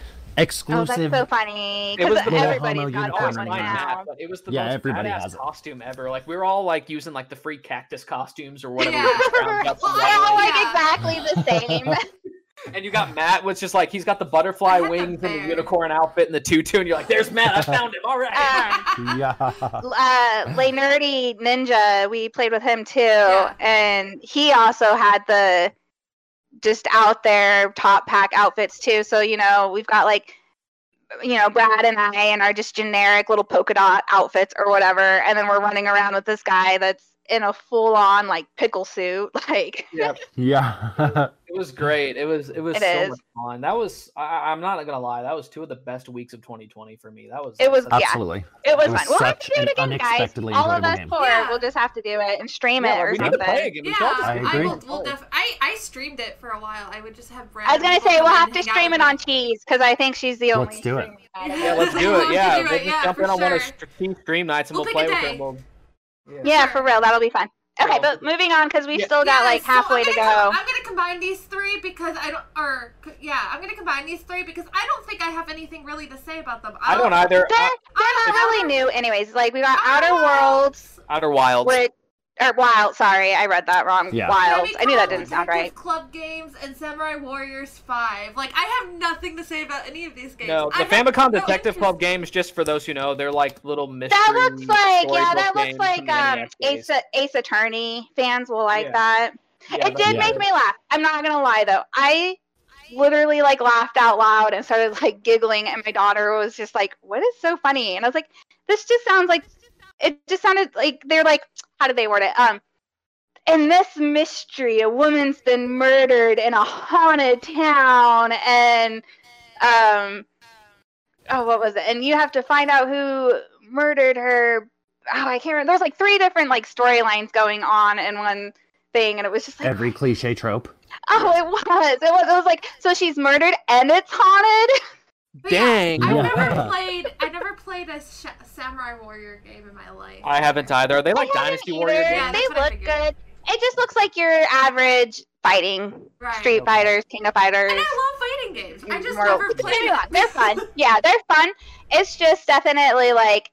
oh that's
exclusive.
so funny
It was
because
the
Little
everybody's
Homo
got
That
that
was
unicorn
one
my
right
Matt,
now
but it was the
Yeah,
most
everybody
badass
has it.
costume ever. Like we were all like using like the free cactus costumes or whatever.
Yeah.
we just found, got some
Well,
they're all
white
like
Yeah.
exactly the same
And you got Matt, which is like he's got the butterfly
I had
wings
them
and the
there.
unicorn outfit and the tutu, and you're like, "There's Matt, I found him. All right."
Ah.
um,
yeah.
uh, Lay Nerdy Ninja, we played with him too,
Yeah.
and he also had the just out there top pack outfits too. So you know, we've got like you know Brad and I and our just generic little polka dot outfits or whatever, and then we're running around with this guy that's in a full on like pickle suit, like.
Yep.
Yeah.
It was great. It was it was
It
so
is.
much fun. That was I, I'm not gonna lie. That was two of the best weeks of 2020 for me. That was
It was-
such-
Yeah.
Absolutely.
It was,
It was
fun. We'll have
such
to do it
an
again, guys.
unexpectedly
All of
enjoyable
us
game.
four,
Yeah.
we'll just have to do it and stream
Yeah,
it or
we need to play
something.
again. We
Yeah,
told you
I
we
I,
agree.
will. We'll
told you.
def- I I streamed it for a while. I would just have.
I was gonna
random people
say we'll
come
have
and
to
hang out
stream
with
it
me.
on Cheese because I think she's the only.
Let's do it.
streaming about
Yeah, let's do
We'll
it. Yeah,
do it,
we'll just
yeah,
jump
for
in on one of
sure.
stream stream nights and
We'll
we'll,
pick
play
a
with
day.
him. We'll,
Yeah,
Sure.
for real, that'll be fun. Okay,
Yeah.
but moving on because we've
Yeah.
still got
Yeah,
like
so
halfway
I'm
to
gonna
go.
com- I'm gonna combine these three because I don't, or c- yeah, I'm gonna combine these three because I don't think I have anything really to say about them.
I don't either. uh, I,
They're, they're not
Outer-
really new, anyways. Like we got
Outer
Outer Worlds,
Outer Wilds.
which or Wild. Sorry, I read that wrong.
Yeah.
Wilds.
Kirby
I knew
Club,
that didn't sound
Detective
right.
Club games and Samurai Warriors Five. Like I have nothing to say about any of these games.
No, the
I have
Famicom
no
Detective
interest-
Club games, just for those who know, they're like little mystery.
That looks like yeah,
storybook
that looks
games
like
from the
um
NES days.
Ace Ace Attorney fans will like
Yeah.
that.
Yeah,
it did
yeah.
make me laugh. I'm not gonna lie though. I literally like laughed out loud and started like giggling and my daughter was just like, What is so funny? And I was like, This just sounds like it just sounded like they're like how did they word it? Um in this mystery, a woman's been murdered in a haunted town and um oh what was it? And you have to find out who murdered her. Oh, I can't remember. There's like three different like storylines going on in one thing and it was just like
Every cliche trope.
Oh, it was. It was. It was like so. She's murdered and it's haunted.
But yeah,
Dang.
I-
I've
Yeah.
never played. I never played a sh- samurai warrior game in my life.
I haven't either. Are they like
I haven't
Dynasty Warrior
either.
Yeah,
games?
that's
they
what I
look
figured.
good. It just looks like your average fighting
Right.
Street
Okay.
Fighters, King of Fighters.
And I love fighting games. I just
Mortal-
never played.
They're fun.
it.
They're fun. Yeah, they're fun. It's just definitely like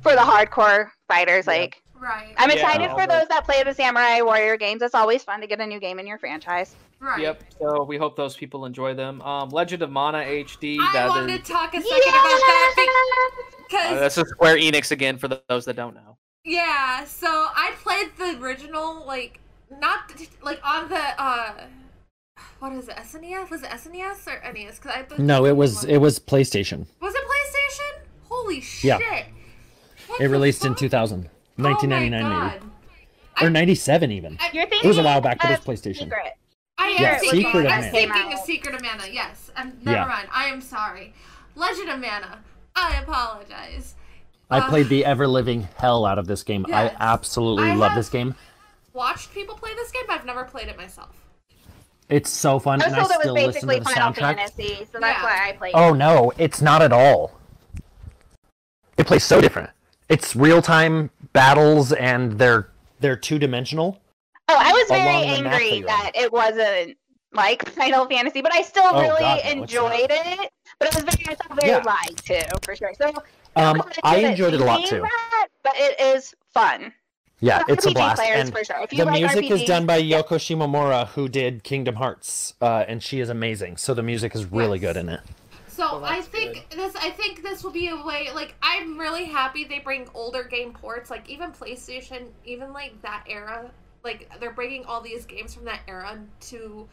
for the hardcore fighters.
Yeah.
Like
right.
I'm
Yeah,
excited
all
for
the-
those that play the Samurai Warrior games. It's always fun to get a new game in your franchise.
right.
Yep. So we hope those people enjoy them. Um, Legend of Mana HD.
I
that
wanted
is,
to talk a second about that because
uh,
Because
that's a Square Enix again for th- those that don't know.
yeah, so I played the original like not th- like on the uh what is it SNES? Was it SNES or NES? Because I
No, it was it was PlayStation.
was it PlayStation. Holy shit!
Yeah.
What
It
the
released in
fuck?
2000,
Oh my
1999 maybe,
God.
or 97 even.
You're thinking
It was a while back, but
of
it's PlayStation.
Secret.
I am
Yeah,
thinking,
Secret of
I'm
Mana.
thinking of Secret of Mana. Yes, I'm, never
Yeah.
mind. I am sorry. Legend of Mana. I apologize.
I played the ever living hell out of this game.
Yes.
I absolutely
I
love
have-
this game.
Watched people play this game, but I've never played it myself.
It's so fun,
I was
and I
told it
still
Oh, was
listen
basically
to the
Final
soundtrack.
Fantasy, so that's
Yeah.
why I played.
Oh no, it's not at all. It plays so different. It's real time battles, and they're they're two dimensional.
Oh, I was very
along the map that
angry
you're
that it wasn't like Final Fantasy, but I still
Oh, God,
really
no, it's not.
enjoyed it. But it was very, I felt very
Yeah.
lied to for sure. So
Um,
I'm glad
I
that
enjoyed it a lot
you
too.
that, but it is fun.
Yeah,
For
it's a
RPG
blast.
players,
And
for sure. If you
the
like
music is
RPGs,
done by Yoko Shimomura, who did Kingdom Hearts, uh, and she is amazing. So the music is really
Yes.
good in it.
So
Well,
I
that's
think this I think this will be a way like I'm really happy they bring older game ports like even PlayStation even like that era like they're bringing all these games from that era to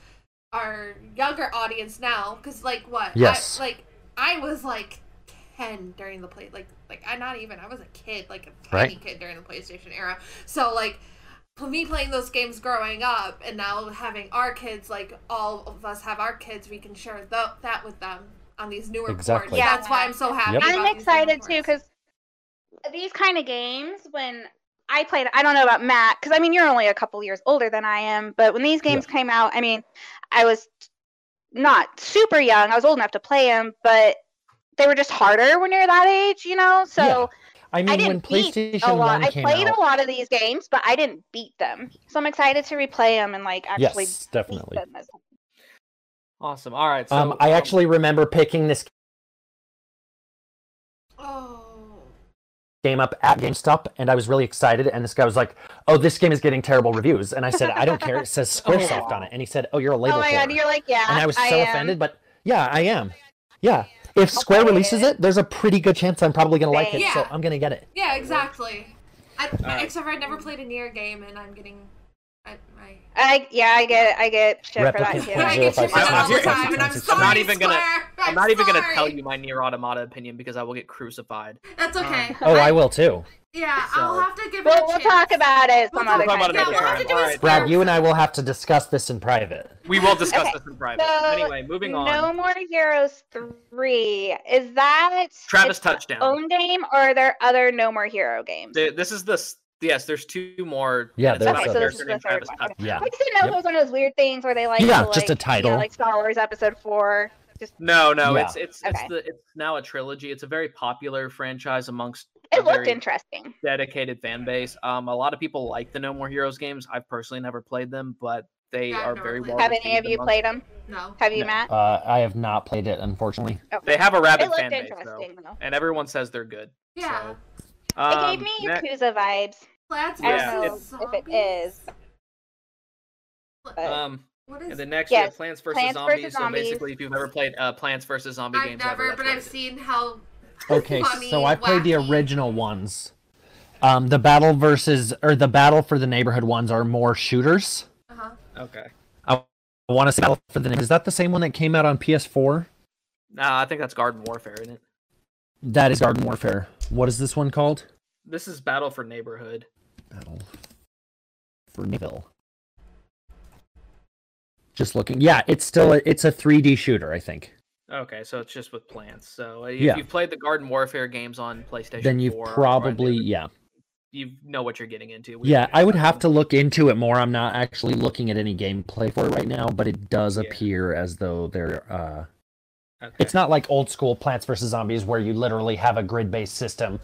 our younger audience now cuz like what
Yes.
I, like I was like 10 during the play like like I not even I was a kid like a tiny
Right.
kid during the PlayStation era so like pl- me playing those games growing up and now having our kids like all of us have our kids we can share th- that with them on these newer
Exactly.
ports
Yeah.
that's why i'm so happy
Yep.
about
I'm
these newer
excited too
ports.
because these kind of games, when I played, I don't know about Matt, because I mean you're only a couple years older than I am, but when these games came out, I mean, I was not super young. I was old enough to play them, but they were just harder when you're that age, you know. So
Yeah. I mean,
I
when
didn't beat
PlayStation
a lot.
One
I
came
played
out,
a lot of these games, but I didn't beat them. So I'm excited to replay them and like actually
yes,
beat
definitely.
them this time.
Awesome. All right. So,
um, I actually remember picking this
oh
game up at GameStop, and I was really excited. And this guy was like, "Oh, this game is getting terrible reviews," and I said, "I don't care. It says SquareSoft on it." And he said, "Oh, you're a label."
Oh my god,
whore."
you're like yeah.
and I was so
am.
offended, but yeah, I am. Yeah, if
I'll
Square
play
releases
it.
it, there's a pretty good chance I'm probably gonna like it, so
Yeah.
I'm gonna get it.
yeah exactly I,
right.
except for i never played a near game and i'm getting I, my
I yeah, I get I get shit
Replicant
for
Yeah,
I get
that too.
shit for
0.05
that all the
seconds.
time, and I'm
I'm
sorry,
not even gonna-
Square.
I'm not even going to
sorry.
tell you Uh, my Near Automata opinion because I will get crucified.
That's okay.
Oh, I will too.
Yeah,
So-
I'll have to give it a
Well, we'll
chance.
talk about it some
We'll
other
talk
time.
about it
Yeah,
another
we'll have to
time.
do a
Alright.
Square
Brad, you and I will have to discuss this in private.
We will discuss
Okay,
this in private.
so
anyway, moving on.
No More Heroes three is that
Travis
its
touchdown.
own game or are there other No More Hero games?
Th- This is this. Yes, there's two more.
Yeah,
and it's
there's
about a
a-
character
Okay,
named
so this is the third
Travis
one.
Touchdown.
Yeah.
I just didn't know
Yep.
if it was one of those weird things where they like
Yeah,
to,
just a
like,
title.
you know, like Star Wars Episode Four. Just
No, no,
Yeah.
it's it's it's
Okay.
the it's now a trilogy. It's a very popular franchise amongst
it
a
looked
very
interesting.
dedicated fan base. Um, a lot of people like the No More Heroes games. I've personally never played them, but they
Yeah, I've
are
never
very
played
well.
them.
Have any
received
of you
amongst-
played them?
No.
Have you,
No.
Matt?
Uh, I have not played it, unfortunately.
Oh.
They have a
It
rabid fan
looked
base though,
interesting though.
and everyone says they're good.
Yeah.
So,
It gave
um,
me
next-
Yakuza vibes.
Plants
I don't
versus
know if it
Zombies?
is, but-
um,
What
and
is?
then next we have
Yes,
Plants vs
Plants
Zombies.
versus
So
Zombies.
basically, if you've ever played uh, Plants vs Zombie
I've
games,
never,
ever,
but I've seen how.
Okay,
funny,
so I played the
wacky-
original ones. Um, the battle versus or the battle for the neighborhood ones are more shooters.
Uh-huh.
Okay.
I want to say battle for the neighborhood. Is that the same one that came out on PS4?
No, I think that's Garden Warfare, isn't it?
That is Garden Warfare. What is this one called?
This is Battle for Neighborhood.
Battle for Neville. Just looking. Yeah, it's still a, it's a 3D shooter, I think.
Okay, so it's just with plants. So uh, if
Yeah.
you've played the Garden Warfare games on PlayStation,
Then you've
4 or on
probably
the-
yeah.
you know what you're getting into. We
Yeah,
already
I would
talked
have
about
to look into it more. I'm not actually looking at any gameplay for it right now, but it does
Yeah.
appear as though they're. Uh,
that. Okay.
it's not like old school Plants vs Zombies where you literally have a grid based system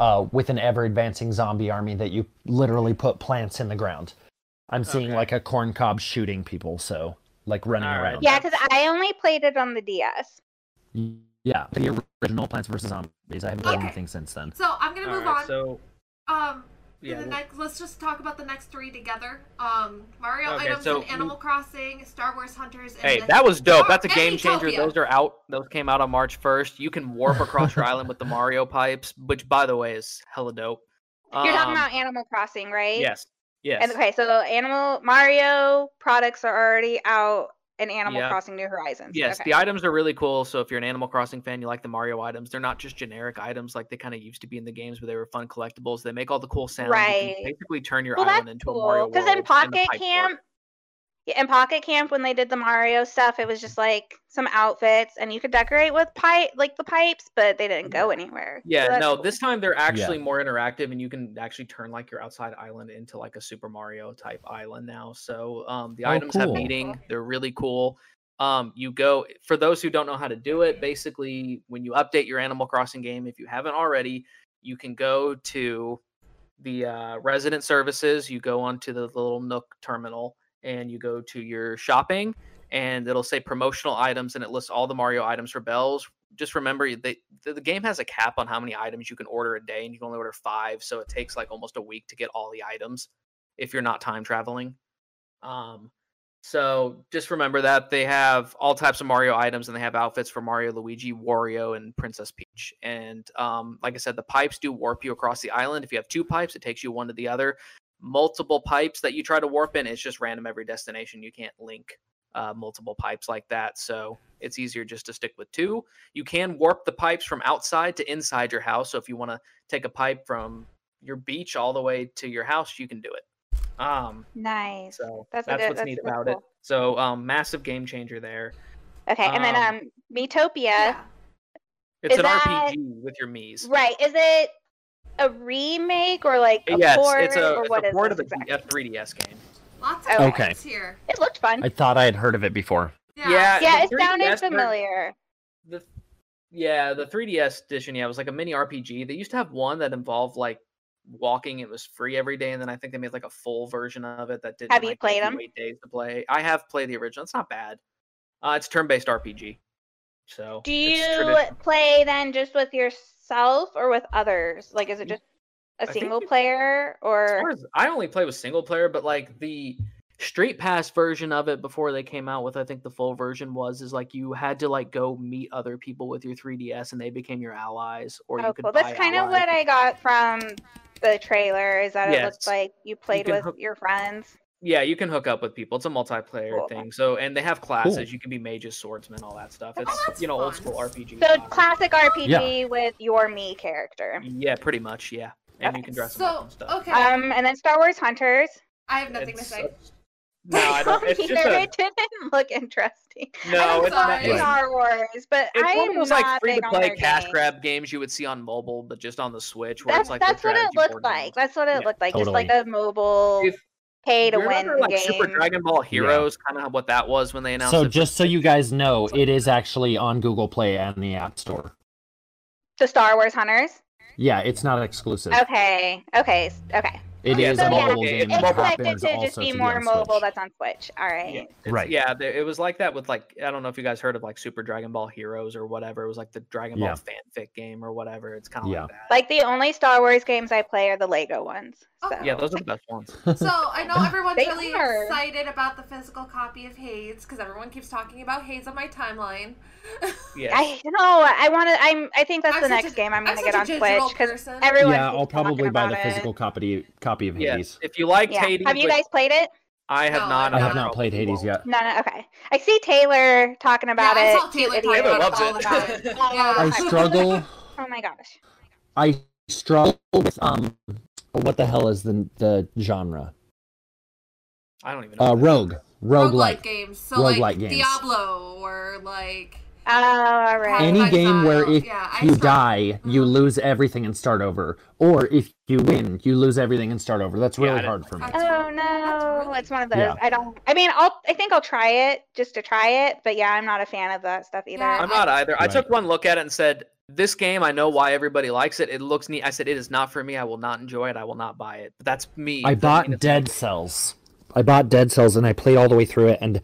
uh, with an ever advancing zombie army that you literally put plants in the ground. I'm seeing
Okay.
like a corn cob shooting people, so like running
Alright.
around.
Yeah, because I only played it on the DS.
Yeah, the original Plants vs Zombies. I haven't done
Okay.
anything since then.
So I'm gonna
All
move
right,
on.
so
um, to
yeah,
the
we'll-
next, let's just talk about the next three together. Um, Mario
Okay,
items
so-
and Animal Crossing, Star Wars Hunters. And
Hey,
the-
that was dope. That's a
And
game changer.
Utopia.
Those are out. Those came out on March 1st. You can warp across your island with the Mario pipes, which, by the way, is hella dope.
You're talking
Um,
about Animal Crossing, right?
Yes. Yes.
And, okay, so Animal Mario products are already out in Animal
Yeah.
Crossing New Horizons.
Yes,
Okay.
the items are really cool. So if you're an Animal Crossing fan, you like the Mario items. They're not just generic items like they kind of used to be in the games, but they were fun collectibles. They make all the cool sounds. You
Right.
can basically turn your
well,
island
that's
into a Mario
cool.
world.
Because in
and the
Pocket
pipe
Camp,
work.
yeah, in Pocket Camp, when they did the Mario stuff, it was just like some outfits, and you could decorate with pipe, like the pipes, but they didn't go anywhere. So
Yeah,
that's
no,
cool.
this time they're actually more interactive and you can actually turn like your outside island into like a Super Mario type island now. So um the
Oh,
items have
cool.
meaning, they're really cool. Um you go for those who don't know how to do it, basically when you update your Animal Crossing game, if you haven't already, you can go to the uh, resident services, you go onto the little Nook terminal and you go to your shopping and it'll say promotional items and it lists all the Mario items for bells. Just remember that the, the game has a cap on how many items you can order a day and you can only order five. So it takes like almost a week to get all the items if you're not time traveling. Um, so just remember that they have all types of Mario items and they have outfits for Mario, Luigi, Wario, and Princess Peach. And um, like I said, the pipes do warp you across the island. If you have two pipes, it takes you one to the other. Multiple pipes that you try to warp in, it's just random every destination. You can't link uh, multiple pipes like that. So it's easier just to stick with two. You can warp the pipes from outside to inside your house. So if you want to take a pipe from your beach all the way to your house, you can do it. Um,
nice.
so
That's
that's,
a good-
what's
that's
neat
really
about it.
cool.
So um, massive game changer there.
Okay, and then
um,
um, Metopia.
yeah.
It's
Is
an
that-
RPG with your Mii's.
Right. Is it a remake or like a
yeah,
port
Uh, it's, it's a,
or
it's
what
a
is
port
this
of a D-
exactly?
a 3DS game.
Lots of
Okay.
Okay.
things here.
It looked fun.
I thought I had heard of it before.
Yeah,
yeah,
the
it sounded
3DS ver-
familiar.
The yeah, the 3DS edition. Yeah, it was like a mini RPG. They used to have one that involved like walking. It was free every day, and then I think they made like a full version of it that didn't.
Have you
like, make
played 'em?
Wait days to play. I have played the original. It's not bad. Uh, it's turn-based RPG. So
Do
it's
you
tradi-
play then just with yourself or with others? Like, is it just a
Mm. think
single
you-
player
as far
or?
as I only play with single player, but like the Street Pass version of it before they came out with, I think the full version was is like you had to like go meet other people with your 3DS and they became your allies, or you
Oh,
could.
cool. That's kind of what I got from the trailer. Is that it
Yes.
looked like you played
can
with
hook-
your friends?
Yeah, you can hook up with people. It's a multiplayer
Cool.
thing. So and they have classes. You can be mages, swordsmen, all that stuff.
Oh,
It's
that's
you know old
fun.
school RPG.
So
classes.
classic RPG with your me character.
Yeah, pretty much. Yeah, and you
Okay.
can dress them up
Uh, So
and stuff.
okay,
Um, and then Star Wars Hunters.
I have nothing to
It's-
say.
No, I don't. It's just
either.
a,
It didn't look interesting.
no,
I'm
it's not.
sorry.
it's-
Star Wars, but
It's
I
one of
am
those
not
like free
big
to
on
play
their
cash
games.
grab games you would see on mobile, but just on the Switch, where
That's
it's like
that's
the
what it
strategy board
looked
game.
like. That's what it
Yeah,
looked like. Just like
totally.
a mobile
If
pay to
You
win
remember, like
game.
Super Dragon Ball Heroes, kind of what that was when they announced.
So
it for
just so you guys know, it is actually on Google Play and the App Store.
to Star Wars Hunters.
Yeah, it's not exclusive.
Okay. Okay. s- Okay.
It
Yeah,
is
so
a
yeah,
mobile
it-
game.
it's
that
Expected
happens
to just
also
be
to
more
on
mobile.
Switch.
That's on Switch. All right.
Yeah.
It's- Right.
Yeah, there, it was like that with like I don't know if you guys heard of like Super Dragon Ball Heroes or whatever. It was like the Dragon Ball
Yeah.
fanfic game or whatever. It's kind of
Yeah.
like that.
Like the only Star Wars games I play are the Lego ones. So.
Okay.
yeah, those are the best ones.
So I know everyone's
They
really
are.
excited about the physical copy of Hades because everyone keeps talking about Hades on my timeline.
Yeah.
I you know. I want to. I'm. I think that's
I'm
the
such
next
a-
game I'm
I'm
gonna
such
get
a
on
digital
Switch because
person.
everyone.
yeah,
keeps
I'll probably
talking
buy the
about it.
physical copy copy of
Yes.
Hades.
If you like
Yeah.
Hades,
Have you
which
guys played it?
I have
No,
not.
I
I
have
have not played Hades yet.
No, no, okay. I see Taylor talking about
I
it.
saw
Cute
Taylor talking
idiot.
Taylor
about
loves
all the time.
it.
Yeah.
I
Okay.
struggle.
Oh my gosh.
I struggle with um, what the hell is the the genre?
I don't even. know.
Uh,
what that is.
rogue, roguelike.
games. So
Roguelike
like
games.
Diablo or like
Oh, all
Have
right.
Any
my
game where
child.
if
Yeah, I
you
saw-
die, you
Mhm.
lose everything and start over, or if you win, you lose everything and start over. That's
Yeah,
really
I-
hard for me.
I- That's
Oh no,
really-
it's one of those.
Yeah.
I don't. I mean, I'll. I think I'll try it just to try it. But yeah, I'm not a fan of that stuff either.
Yeah.
I'm not either. I
Right.
took one look at it and said, "This game, I know why everybody likes it. It looks neat." I said, "It is not for me. I will not enjoy it. I will not buy it." But that's me. Doesn't
I
mean
bought
it's
Dead Cells. I bought Dead Cells and I played all the way through it. And,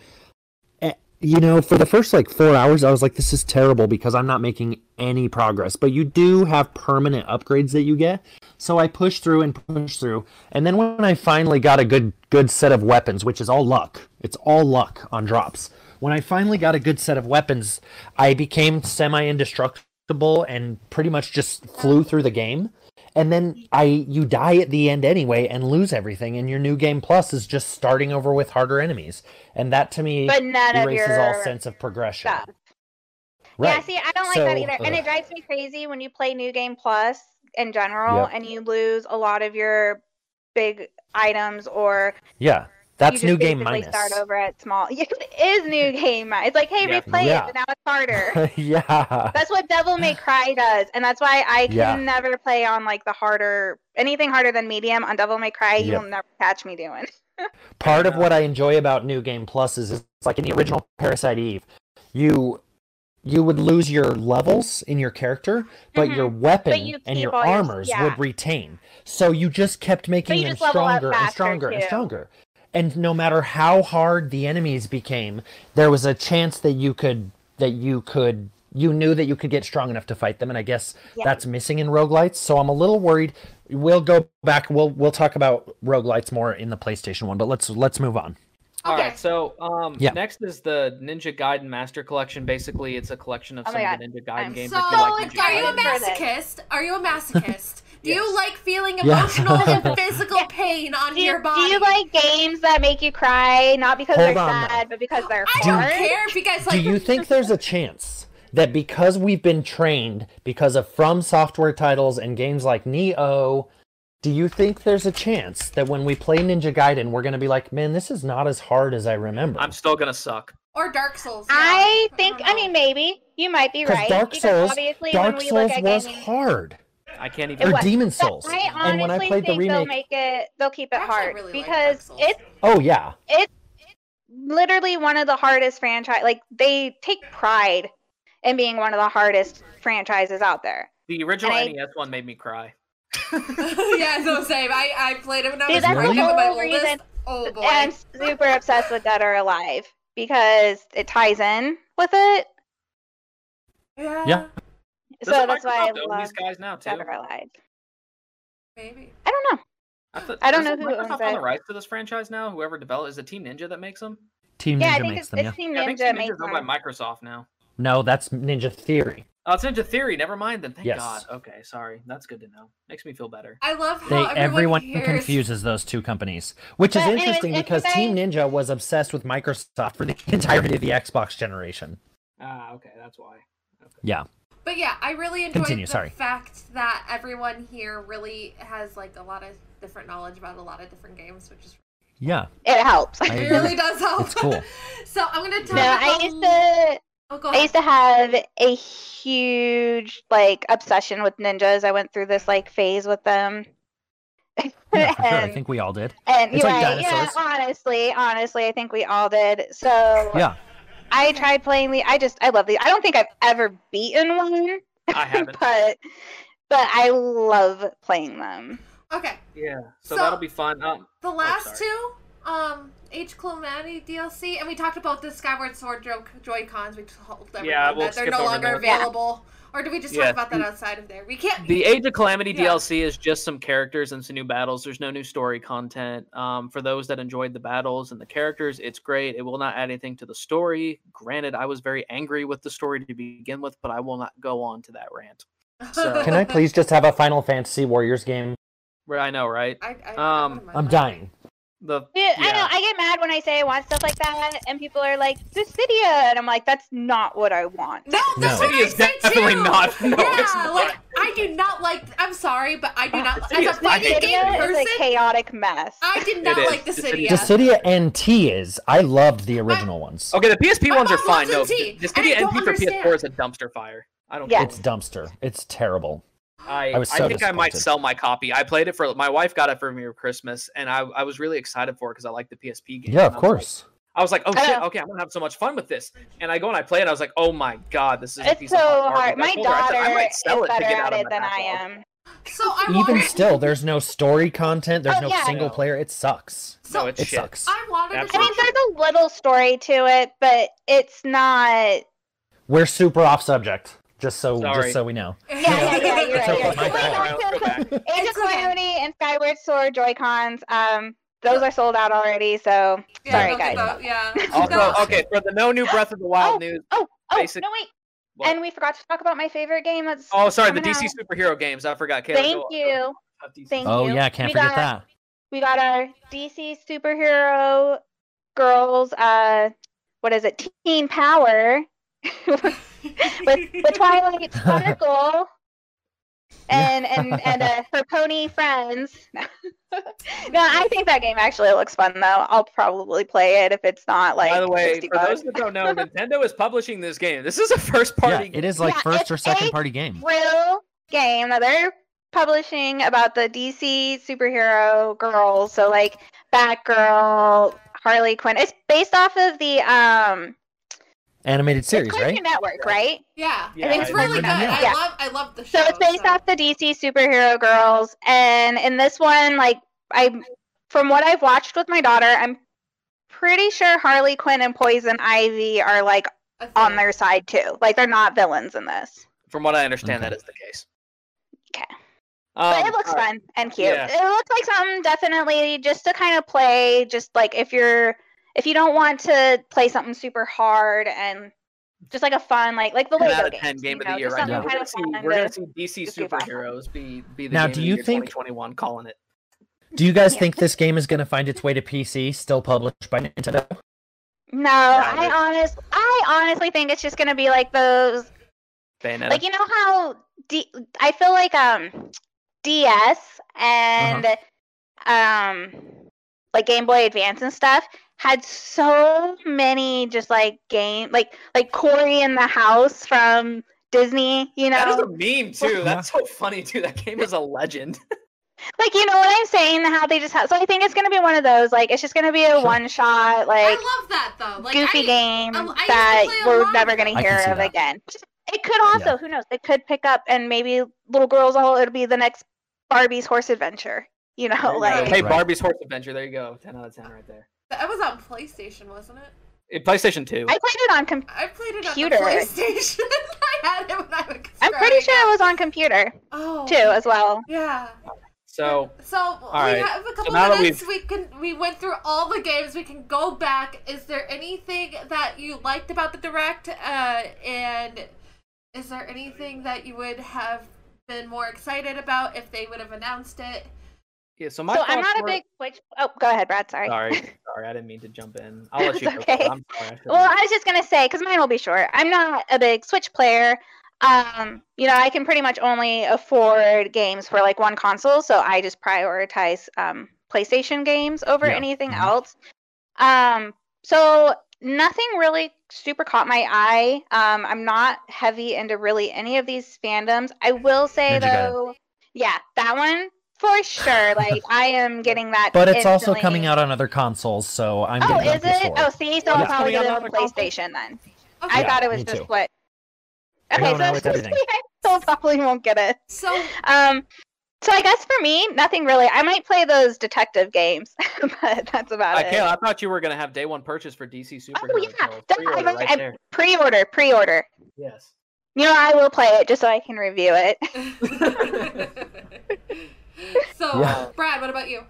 eh, you know, for the first like four hours, I was like, this is terrible because I'm not making any progress. But you do have permanent upgrades that you get. So I pushed through and pushed through. And then when I finally got a good good set of weapons, which is all luck, it's all luck on drops. When I finally got a good set of weapons, I became semi indestructible and pretty much just flew through the game and then I you die at the end anyway and lose everything, and your new game plus is just starting over with harder enemies, and that to me
but none of
erases
your
all sense of progression.
stuff.
Right?
Yeah, see, I don't like that
So,
either. And
ugh.
it drives me crazy when you play New Game Plus in general
Yep.
and you lose a lot of your big items or
yeah,
you
that's
just
new game
basically
minus.
Start over at small. It is new game. mi- It's like, hey,
Yeah.
replay
Yeah.
it, but now it's harder.
yeah,
that's what Devil May Cry does, and that's why I can
Yeah.
never play on like the harder anything harder than medium on Devil May Cry. You
Yep.
will never catch me doing.
part of what I enjoy about New Game Plus is it's like in the original Parasite Eve, you you would lose your levels in your character, but
Mhm.
your weapon
you
and
keep
your
all your-
armors
yeah.
would retain. So you just kept making
you
them
just level up
stronger and
faster,
stronger and
too.
stronger. And no matter how hard the enemies became, there was a chance that you could that you could you knew that you could get strong enough to fight them and I guess
Yeah.
that's missing in roguelites. So I'm a little worried. We'll go back we'll we'll talk about roguelites more in the PlayStation 1, but let's let's move on.
All
Okay.
right. So um,
Yeah.
next is the Ninja Gaiden Master Collection. Basically, it's a collection of
Oh
some
my
of the Ninja Gaiden
I'm
games.
So,
if you like
like,
Ninja
are you a
Gaiden.
for this.
masochist? Are you a masochist? Do you
Yes.
like feeling
Yeah.
emotional and physical
Yeah.
pain on
Do
your
you, do
body?
you like games that make you cry, not because
Hold
they're
on,
sad, but because they're
I
hard?
don't care if you guys
Do
like.
you think there's a chance that because we've been trained because of From Software titles and games like Neo, do you think there's a chance that when we play Ninja Gaiden, we're going to be like, man, this is not as hard as I remember?
I'm still gonna suck.
or Dark Souls? yeah.
I think.
don't
I
know.
mean, maybe you might be
Because
right.
Dark
because
Souls,
obviously,
Dark
when we
Souls
look at
was
gaming,
hard.
I can't
It
even.
Or
was.
Demon
But
Souls.
I honestly
and when I played the
think they'll
remake,
make it. They'll keep it
I actually
hard
really like Dark
because
Souls.
it's
oh yeah,
literally one of the hardest franchise. Like they take pride in being one of the hardest franchises out there.
The original
I-
NES one made me cry.
yeah, no, same. I, I played it when I
See,
was
that's the
pregnant with my
whole
oldest.
reason-
Oh boy.
I'm super obsessed with Dead or Alive because it ties in with it.
yeah,
Yeah.
Doesn't
so that's
Microsoft
why I
own
love
these guys now too.
Dead or Alive.
Maybe.
I don't know.
I, thought-
I don't
doesn't
know who owns
Microsoft own
it.
the rights to this franchise now. Whoever developed is it Team Ninja that makes them.
Team
yeah,
Ninja
I think
Mm, makes
it's,
them.
it's
Yeah.
Team
I think
Ninja
Team
makes
Ninja's owned by
them.
Microsoft now.
No, that's Ninja Theory.
Oh, it's Ninja Theory. Never mind then. Thank
Yes.
God. Okay, sorry. That's good to know. Makes me feel better.
I love
They
how
everyone
hears...
confuses those two companies, which is
But anyways,
interesting
if
because
they-
Team Ninja was obsessed with Microsoft for the entirety of the Xbox generation.
Ah, okay, that's why. Okay.
Yeah.
But yeah, I really enjoyed
Continue,
the
sorry.
fact that everyone here really has like a lot of different knowledge about a lot of different games, which is
Yeah.
It helps.
I
it
agree.
really does help.
It's cool.
so I'm gonna talk
No, I
about-
used to
Oh, go
I used to have a huge like obsession with ninjas. I went through this like phase with them.
Yeah, for sure. I
And-
think we all did.
And
It's
you're
like
right, yeah,
dinosaurs.
honestly, honestly, I think we all did. So
Yeah.
I tried playing the. I just I love the. I don't think I've ever beaten one,
I haven't.
but but I love playing them.
Okay,
Yeah.
So-
So, that'll be fun. Um,
the last
sorry.
two, um, H. Clomani DLC, and we talked about the Skyward Sword Joy- Joy-Cons. We told everyone
Yeah, we'll
that they're
skip
no
over
longer
those. Yeah.
available. Or did we just
Yeah.
talk about that outside of there? We can't.
the Age of Calamity
Yeah.
DLC is just some characters and some new battles. There's no new story content. Um, for those that enjoyed the battles and the characters, it's great. It will not add anything to the story. Granted, I was very angry with the story to begin with, but I will not go on to that rant. So-
Can I please just have a Final Fantasy Warriors game?
Where I know, right?
I, I,
Um,
what am I-
I'm dying.
The
Dude, I know.
yeah.
I get mad when I say I want stuff like that, and people are like, "Dissidia," and I'm like, "That's not what I want."
No, that's
No.
what
City
I
is
said
definitely
too.
not- no,
yeah,
it's not.
like I do not like. I'm sorry, but I do not.
City
As
is-
a
I
fighting
hate
game
Dissidia is
person,
a chaotic mess.
I did not
is.
like the
The
city.
city-
yeah.
Dissidia and Tias. I loved the original ones.
Okay, the PSP
My
ones are
mom
fine. No,
loves
the
NT,
the
and I
Stadia
don't
NT for PS4
understand.
is a dumpster fire. I don't.
Yeah.
care.
It's dumpster. It's terrible.
I,
I
I,
was so
think I might
disappointed.
sell my copy. I played it for my wife got it for me for Christmas, and I, I was really excited for it because I like the PSP game.
Yeah,
and I was
of
like-
course.
I was like, oh
I
shit,
know.
okay, I'm gonna have so much fun with this. And I go and I play it. and I was like, oh my god, this is a
it's
piece
so
of art.
hard.
I
My
told her, I said,
daughter
I might
is
sell it to
better
get out
at
of
it
my
than I
backlog.
am.
So I
Even
wanted.
still, there's no story content. There's
Oh,
no
yeah.
single player. It sucks.
So
no, it's
It
shit.
sucks.
I wanted to
I
talk.
mean, there's a little story to it, but it's not.
We're super off subject. Just so,
Sorry.
just so we know.
Yeah, yeah, yeah. You're
It's
right. You're
okay, my
right.
Let's go back.
bad.
Wait, wait, wait. Age of
It's okay.
Calamity and Skyward Sword Joy Cons. Um, those are sold out already. So.
Yeah,
Sorry,
don't get
guys.
that- Yeah. No,
Also, okay, for the no new Breath of the Wild
Oh,
news.
Oh, oh
Basic-
no wait.
What?
And we forgot to talk about my favorite game. That's
Oh, sorry, the
coming
DC
out.
superhero games. I forgot. Kayla,
Thank
go-
you.
go on. DC.
Thank
Oh
you.
yeah, can't
We
forget
got-
that.
We got our DC superhero girls. Uh, what is it? Teen Power with the Twilight Sparkle. And, and and uh, her pony friends. no, I think that game actually looks fun though. I'll probably play it if it's not like.
By the way,
60
for those
bucks.
that don't know, Nintendo is publishing this game. This is a first party
yeah, it is like
Yeah,
first or
it's
second
a-
party game.
real game that they're publishing about the DC superhero girls. So like Batgirl, Harley Quinn. It's based off of the um
Animated
it's
series,
Cartoon
right?
Network, right?
yeah.
Yeah,
it's
I
really good.
remember
I
that.
Yeah.
love. I love the show.
So it's based off the DC superhero girls, and in this one, like I, from what I've watched with my daughter, I'm pretty sure Harley Quinn and Poison Ivy are like
I think.
on their side too. Like they're not villains in this.
From what I understand,
Okay.
that is the case.
Okay.
Um,
but it looks
all right.
fun and cute.
Yeah.
It looks like something definitely just to kind of play, just like if you're if you don't want to play something super hard and just like a fun like like the
Ten
Lego
out of
games,
ten game
you
of the
know,
year
just
right
something
now. We're
kind
gonna
of
see,
fun
we're gonna
to-
see DC
just be fun.
superheroes be be the game
Now, do
of the
you
year
think-
2021 calling it?
Do you guys
Yeah.
think this game is going to find its way to PC, still published by Nintendo?
No, I honest I honestly think it's just gonna be like those
Bayonetta.
like you know how D- I feel like um DS and
Uh-huh.
um like Game Boy Advance and stuff had so many just like game like like Cory in the House from Disney, you know,
that is a meme too.
Yeah.
That's so funny too. That game is a legend.
like you know what I'm saying? How they just have. So I think it's gonna be one of those. Like it's just gonna be a
Sure.
one shot, like
I love that though. Like
goofy
I,
game
um, I used to play
that
a lot
we're
of
never
them.
going to
I can
hear
see
of
that.
again. It could also,
Yeah.
who knows? It could pick up and maybe little girls all it'll be the next Barbie's horse adventure. You know, Oh, like
hey,
Right.
Barbie's Horse Adventure. There you go. Ten out of ten right there.
That was on PlayStation, wasn't it?
Eh, PlayStation Two.
I played it on. Com-
I played it on
Computer.
the PlayStation. I had it when I was.
I'm pretty sure it was on computer
Oh.
too, as well.
Yeah.
So
So we
right.
have a couple
now that
minutes. We can we went through all the games. We can go back. Is there anything that you liked about the direct? Uh, and is there anything that you would have been more excited about if they would have announced it?
yeah, so my
so I'm
thoughts
not a
were-
big Switch. Oh, go ahead, Brad. Sorry.
Sorry, sorry, I didn't mean to jump in. I'll let
It's
you go.
okay.
I'm sorry. I shouldn't
Well,
have.
I was just gonna say because mine will be short. I'm not a big Switch player. Um, you know, I can pretty much only afford games for like one console, so I just prioritize um, PlayStation games over
Yeah.
anything
Mhm.
else. Um, so nothing really super caught my eye. Um, I'm not heavy into really any of these fandoms. I will say
Ninja Gaiden.
though, yeah, that one for sure. Like I am getting that.
But it's also
instantly.
coming out on other consoles, so I'm
Oh,
getting
is it?
PS4.
Oh, see, so I'll
Yeah.
probably
Coming out
get it
on
on
other consoles?
PlayStation then.
Okay.
I
Yeah,
thought it was
me
just
too.
what.
No,
Okay, so
no, it's everything.
I still probably won't get it.
So
Um, so I guess for me, nothing really. I might play those detective games, but that's about
Uh,
it. Oh,
Kayla, I thought you were gonna have day one purchase for DC Superhero.
yeah,
Girl.
that-
Pre-order
I was-
right
I-
there.
Pre-order, pre-order.
Yes.
You know, I will play it just so I can review it.
so
Yeah.
Brad, what about you?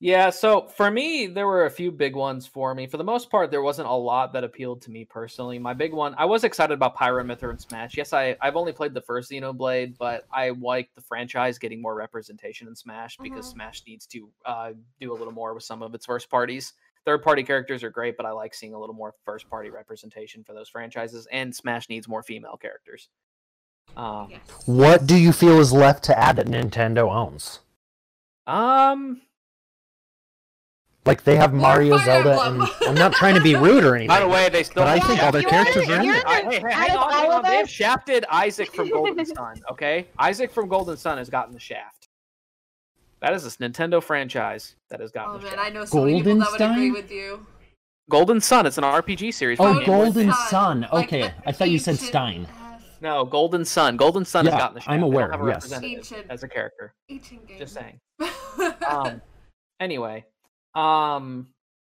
Yeah, so for me, there were a few big ones for me. For the most part, there wasn't a lot that appealed to me personally. My big one, I was excited about Pyromither and Smash. Yes, I, I've only played the first Xenoblade, but I like the franchise getting more representation in Smash because
Mhm.
Smash needs to uh, do a little more with some of its first parties. Third party characters are great, but I like seeing a little more first party representation for those franchises, and Smash needs more female characters. Um,
Yes.
What do you feel is left to add that Nintendo owns?
um
Like they have
More
Mario,
Fire
Zelda, and
Emblem.
I'm not trying to be rude or anything.
By the way, they still.
But I
Yeah,
think all their
you wanna-
characters are in
you're
there.
I- hey,
the-
hang
out of
on, hang
all
on.
of
They've
us-
shafted Isaac from Golden Sun. Okay, Isaac from Golden Sun has gotten the shaft. That is this Nintendo franchise that has gotten
Oh
the
man,
shaft.
I know so many people that would agree
Goldenstein?
with you.
Golden Sun. It's an RPG series. from
Oh,
Game Boy
Golden
Advance.
Sun.
like
Okay,
an
I thought you said
ancient
Stein.
ass-
No, Golden Sun. Golden Sun
Yeah,
has gotten the shaft.
I'm
They don't
aware,
Have a
yes.
representative
Ancient.
as a character.
Ancient game.
Just saying.
um,
um anyway um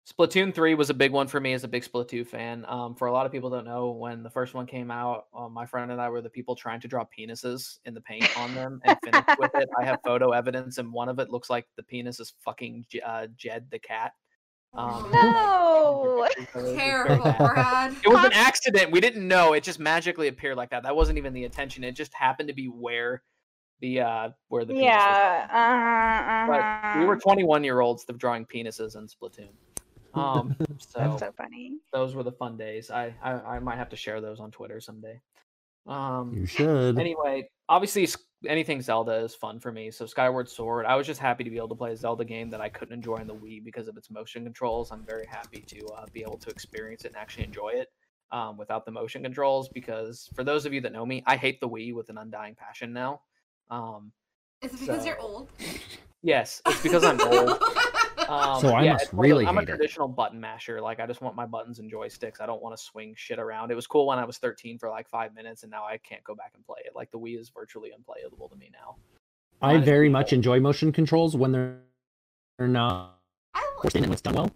splatoon 3 was a big one for me as a big splatoon fan um for a lot of people don't know when the first one came out um, my friend and i were the people trying to draw penises in the paint on them and finished with it i have photo evidence and one of it looks like the penis is fucking J- uh, jed the cat um
No.
like, it was so
Terrible,
bad.
Brad.
It was an accident. We didn't know. It just magically appeared like that. That wasn't even the intention. It just happened to be where the uh where the penis was
yeah. Uh, uh,
we
Uh-huh.
were 21 year olds th- drawing penises in Splatoon. Um, so
That's so funny.
those were the fun days. I, I I might have to share those on Twitter someday. Um,
You should.
anyway, obviously s- anything Zelda is fun for me. So Skyward Sword, I was just happy to be able to play a Zelda game that I couldn't enjoy on the Wii because of its motion controls. I'm very happy to uh, be able to experience it and actually enjoy it um, without the motion controls. Because for those of you that know me, I hate the Wii with an undying passion now. Um,
Is it because you're
So-
old?
yes, it's because I'm old. Um,
So I
yeah,
must
it's one of those-
really
I'm a
hate it.
traditional button masher. Like I just want my buttons and joysticks. I don't want to swing shit around. It was cool when I was 13 for like five minutes, and now I can't go back and play it. Like the Wii is virtually unplayable to me now.
I
Honestly,
very
though.
much enjoy motion controls when they're they're not
I
forced in and it's done well.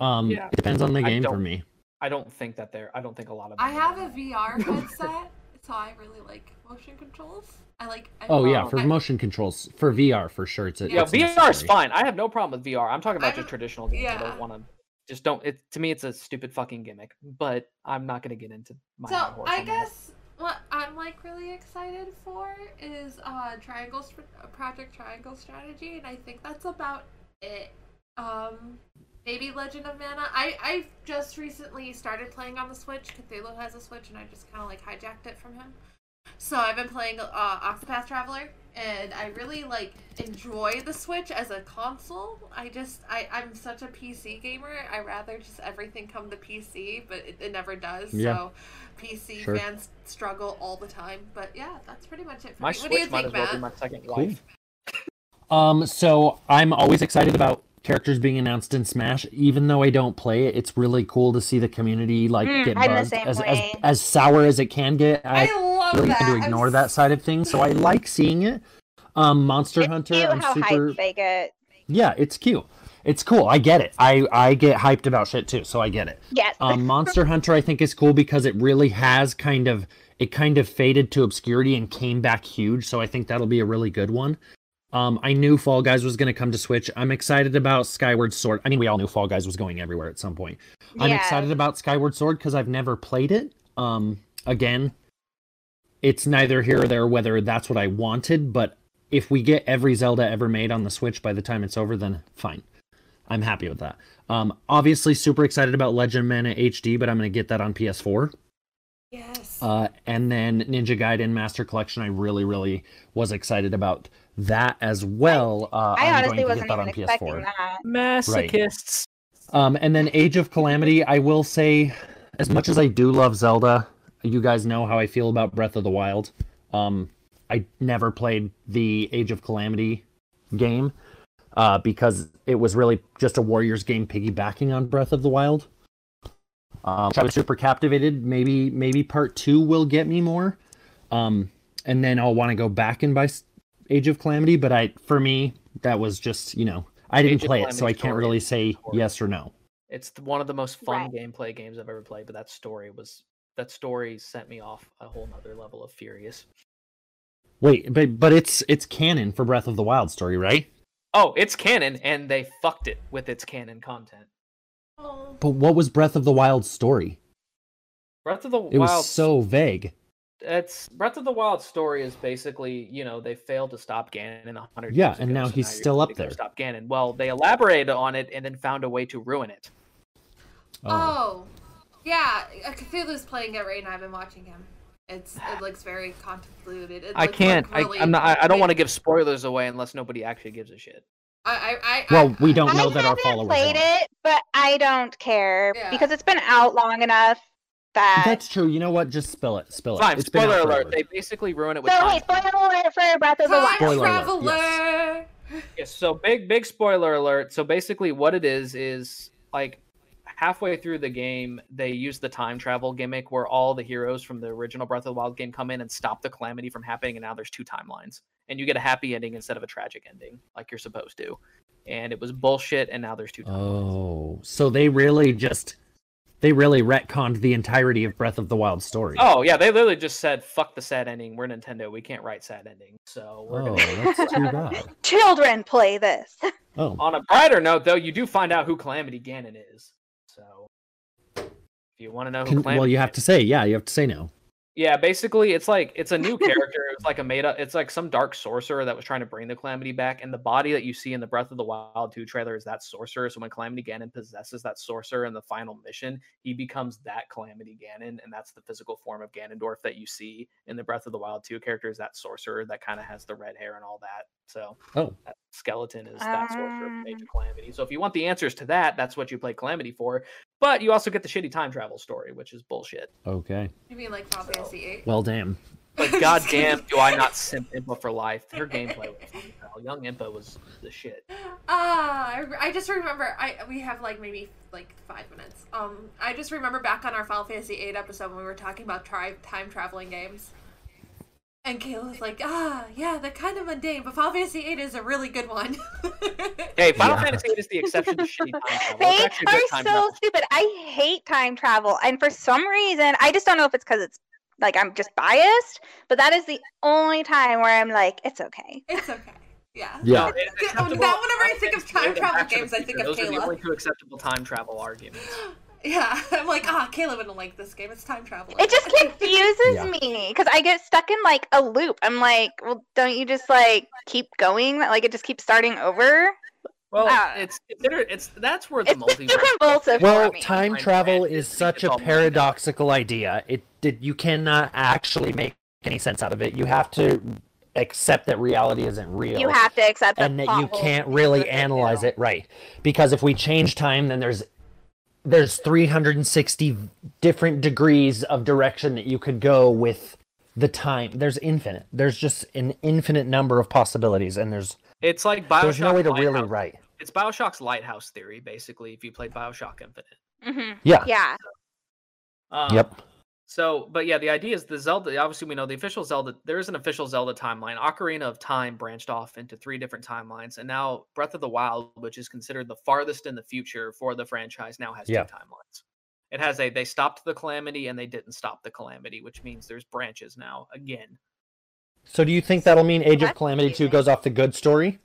Um,
Yeah.
it depends on the
I
game for
don't-
me.
I don't think that there. I don't think a lot of.
I
them are
have a
done.
VR headset, so I really like motion controls. I like. I
Oh yeah,
Um,
for
I-
motion controls for VR for sure. It's a,
Yeah,
it's
VR is
necessary.
fine. I have no problem with VR. I'm talking
I
about just
don't-
traditional games. I
yeah.
don't want to. Just don't. It to me, it's a stupid fucking gimmick. But I'm not gonna get into my.
So
horse
I
on that.
guess what I'm like really excited for is uh triangle str- uh, project triangle strategy, and I think that's about it. Um, maybe Legend of Mana. I I just recently started playing on the Switch. Cthulhu has a Switch, and I just kind of like hijacked it from him. So I've been playing uh, Octopath Traveler, and I really like enjoy the Switch as a console. I just I I'm such a PC gamer. I rather just everything come to PC, but it, it never does.
Yeah.
So PC
Sure.
fans struggle all the time. But yeah, that's pretty much it for
my
me. What do you
Switch might
think,
as well
Matt?
be my second
Cool.
life.
Um, so I'm always excited about characters being announced in Smash, even though I don't play it. It's really cool to see the community like
Mm,
get
I'm the
buzzed
same
as, as
way.
as sour as it can get. I,
I love
really
that.
tend
I'm
to ignore that
s-
side of things, so I like seeing it. Um, Monster
It's
Hunter,
cute
I'm
how
super.
hyped they get.
Yeah, it's cute. It's cool. I get it. I I get hyped about shit too, so I get it.
Yes.
Um, Monster Hunter, I think, is cool because it really has kind of it kind of faded to obscurity and came back huge. So I think that'll be a really good one. Um, I knew Fall Guys was going to come to Switch. I'm excited about Skyward Sword. I mean, we all knew Fall Guys was going everywhere at some point. I'm
Yeah.
excited about Skyward Sword because I've never played it. Um, again, it's neither here or there whether that's what I wanted, but if we get every Zelda ever made on the Switch by the time it's over, then fine. I'm happy with that. Um, obviously, super excited about Legend of Mana HD, but I'm going to get that on PS4.
Yes.
Uh, and then Ninja Gaiden Master Collection, I really, really was excited about that as well. Uh,
I
I'm
honestly
going to get
wasn't
that
even
on
expecting
PS4.
that.
Masochists.
Um, and then Age of Calamity, I will say, as much as I do love Zelda, you guys know how I feel about Breath of the Wild. Um, I never played the Age of Calamity game uh, because it was really just a Warriors game piggybacking on Breath of the Wild. Um, which I was super captivated. Maybe maybe part two will get me more, um, and then I'll want to go back and buy S- Age of Calamity. But I, for me, that was just you know I didn't
Age of
play it, so I
Calamity's
can't
story
really
is
say
horrible.
yes or no.
It's th- one of the most fun
Right.
gameplay games I've ever played, but that story was that story sent me off a whole nother level of furious.
Wait, but but it's it's canon for Breath of the Wild story, right?
Oh, it's canon, and they fucked it with its canon content.
Oh,
But what was Breath of the Wild's story?
Breath of the
It
Wild.
was so vague.
It's Breath of the Wild story is basically you know they failed to stop Ganon a hundred.
Yeah,
years
and
ago,
now
so
he's
you're
still
gonna
up
go
there.
Stop Ganon. Well, they elaborated on it and then found a way to ruin it.
Oh.
oh. yeah. uh, Cthulhu's playing it right now. I've been watching him. It's it looks very convoluted. It
I
looks,
can't.
Like really
I, I'm not. I, I don't
complicated.
want to give spoilers away unless nobody actually gives a shit.
I, I, I,
Well,
I-
we don't know
I
that our
haven't
followers.
played
are.
it, but I don't care
Yeah.
because it's been out long enough that.
That's true. You know what? Just spill it. Spill it.
Fine.
It's been
spoiler
out
alert.
forever.
They basically ruin it with.
so
time
wait, spoiler alert for Breath of the
Time
Wild.
Spoiler alert,
traveler.
Yes, so big big spoiler alert. So basically what it is is like halfway through the game they use the time travel gimmick where all the heroes from the original Breath of the Wild game come in and stop the calamity from happening and now there's two timelines and you get a happy ending instead of a tragic ending like you're supposed to. And it was bullshit and now there's two timelines.
Oh, so they really just they really retconned the entirety of Breath of the Wild story.
Oh yeah, they literally just said fuck the sad ending. We're Nintendo. We can't write sad ending. So we're
Oh,
gonna
that's too bad.
Children play this.
Oh,
On a brighter note, though, you do find out who Calamity Ganon is. So, if you want to know who
can-
Calamity,
well, you have to say yeah. You have to say no.
Yeah, basically, it's like it's a new character. It's like a made up. It's like some dark sorcerer that was trying to bring the Calamity back, and the body that you see in the Breath of the Wild two trailer is that sorcerer. So when Calamity Ganon possesses that sorcerer in the final mission, he becomes that Calamity Ganon, and that's the physical form of Ganondorf that you see in the Breath of the Wild two character. Is that sorcerer that kind of has the red hair and all that. So
Oh.
that skeleton is that sorcerer from Age
Um.
of Calamity. So if you want the answers to that, that's what you play Calamity for. But you also get the shitty time travel story, which is bullshit.
Okay.
You mean like Final Fantasy VIII?
Well, damn.
But goddamn, do I not simp Impa for life? Her gameplay was fucking hell. Young Impa was the shit.
Ah, I, re- I just remember. I we have like maybe like five minutes. Um, I just remember back on our Final Fantasy VIII episode when we were talking about tri- time traveling games, and Kayla was like, "Ah, yeah, they're kind of mundane, but Final Fantasy VIII is a really good one."
Hey, Final
Yeah.
Fantasy VIII is the exception to shitty time travel. It's
They
actually a
are
good time
so
travel.
stupid. I hate time travel, and for some reason, I just don't know if it's because it's like I'm just biased, but that is the only time where I'm like, it's okay.
it's okay. Yeah.
No,
Yeah.
it's
Now,
acceptable.
whenever I
Final
think of
Fantasy
time
VIII and
travel
Back to the
games, I think
Future,
of
Those are the only
Kayla.
two acceptable time travel arguments.
Yeah, I'm like, ah, Kayla wouldn't like this game. It's time travel.
It just confuses
Yeah.
me because I get stuck in like a loop. I'm like, well, don't you just like keep going? Like it just keeps starting over.
Well,
Ah.
it's it's, inter- it's that's where the
It's just too
multiverse.
convulsive
Well,
for me.
time
Mind
travel
brand.
is
It's
such a
all mind.
paradoxical idea. It, it you cannot actually make any sense out of it. You have to accept that reality isn't real.
you have to accept
and
the
that you
plot
can't
hole.
really analyze it right because if we change time then there's there's 360 different degrees of direction that you could go with the time there's infinite there's just an infinite number of possibilities and there's
It's like Bioshock.
there's no way to really
Lighthouse.
write
It's Bioshock's lighthouse theory, basically. If you played Bioshock Infinite.
Mhm.
yeah,
Yeah.
Um,
yep
So, but yeah, the idea is the Zelda. Obviously, we know the official Zelda. There is an official Zelda timeline. Ocarina of Time branched off into three different timelines, and now Breath of the Wild, which is considered the farthest in the future for the franchise, now has
Yeah.
two timelines. It has a they stopped the calamity and they didn't stop the calamity, which means there's branches now again.
so do you think that'll mean age of
That's
calamity 2
confusing.
goes off the good story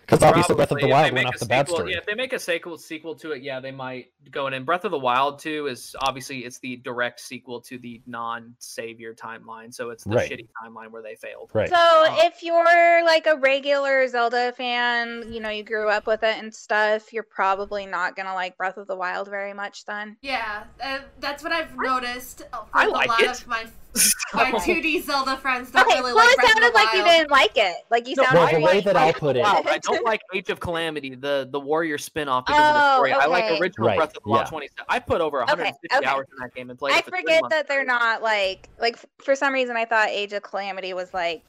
because obviously breath of
Probably,
the
if they
wild
make
went
a
off the bad
sequel-
story
Yeah, if they make a sequel sequel to it, yeah, they might go in. And Breath of the Wild too is obviously it's the direct sequel to the non-savior timeline, so it's the
Right.
shitty timeline where they failed.
right Uh-huh.
So if you're like a regular Zelda fan, you know, you grew up with it and stuff, you're probably not gonna like Breath of the Wild very much then.
Yeah, uh, that's what I've noticed. uh,
I
with
like
a lot
it.
of my my
So-
2D Zelda friends don't
Okay,
really
well
like
it
Breath of
sounded
the
like you
Wild.
didn't like it. Like you
No,
sounded
well
like
the
you
way
didn't
that i'll
like
put it
Wow, I don't like Age of Calamity, the the Warrior spin-off because of
Oh,
the story. I like
okay.
original
Right,
Breath of the Wild
yeah.
27. I put over 150
okay.
hours in that game and played
I
it for three
forget
months
that they're
straight.
not like like f- for some reason I thought Age of Calamity was like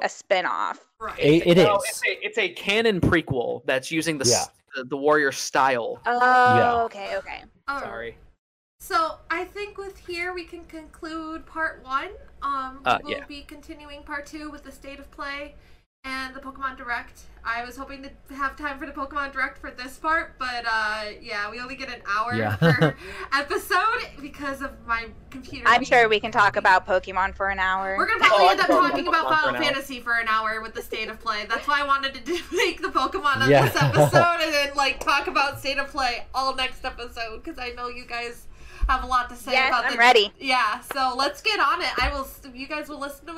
a spin-off.
Right.
It- it
No,
is.
It's a, it's a canon prequel that's using the, s- the the Warrior style.
Oh,
Yeah.
okay, okay.
All right.
Sorry.
So I think with here we can conclude part one. Um,
Uh,
we'll
yeah.
be continuing part two with the state of play and the Pokemon Direct. I was hoping to have time for the Pokemon Direct for this part, but uh, yeah, we only get an hour
Yeah.
per episode because of my computer.
I'm
being-
sure we can talk about Pokemon for an hour.
We're gonna probably
Oh, I
end up
can talk
talking
about
about
Pokemon for
Final
an hour.
Fantasy for an hour with the state of play. That's why I wanted to do- make the Pokemon on
Yeah.
this episode and then like talk about state of play all next episode because I know you guys have a lot to say
Yes,
about
I'm
the-
ready.
Yeah, so let's get on it. I will. You guys will listen to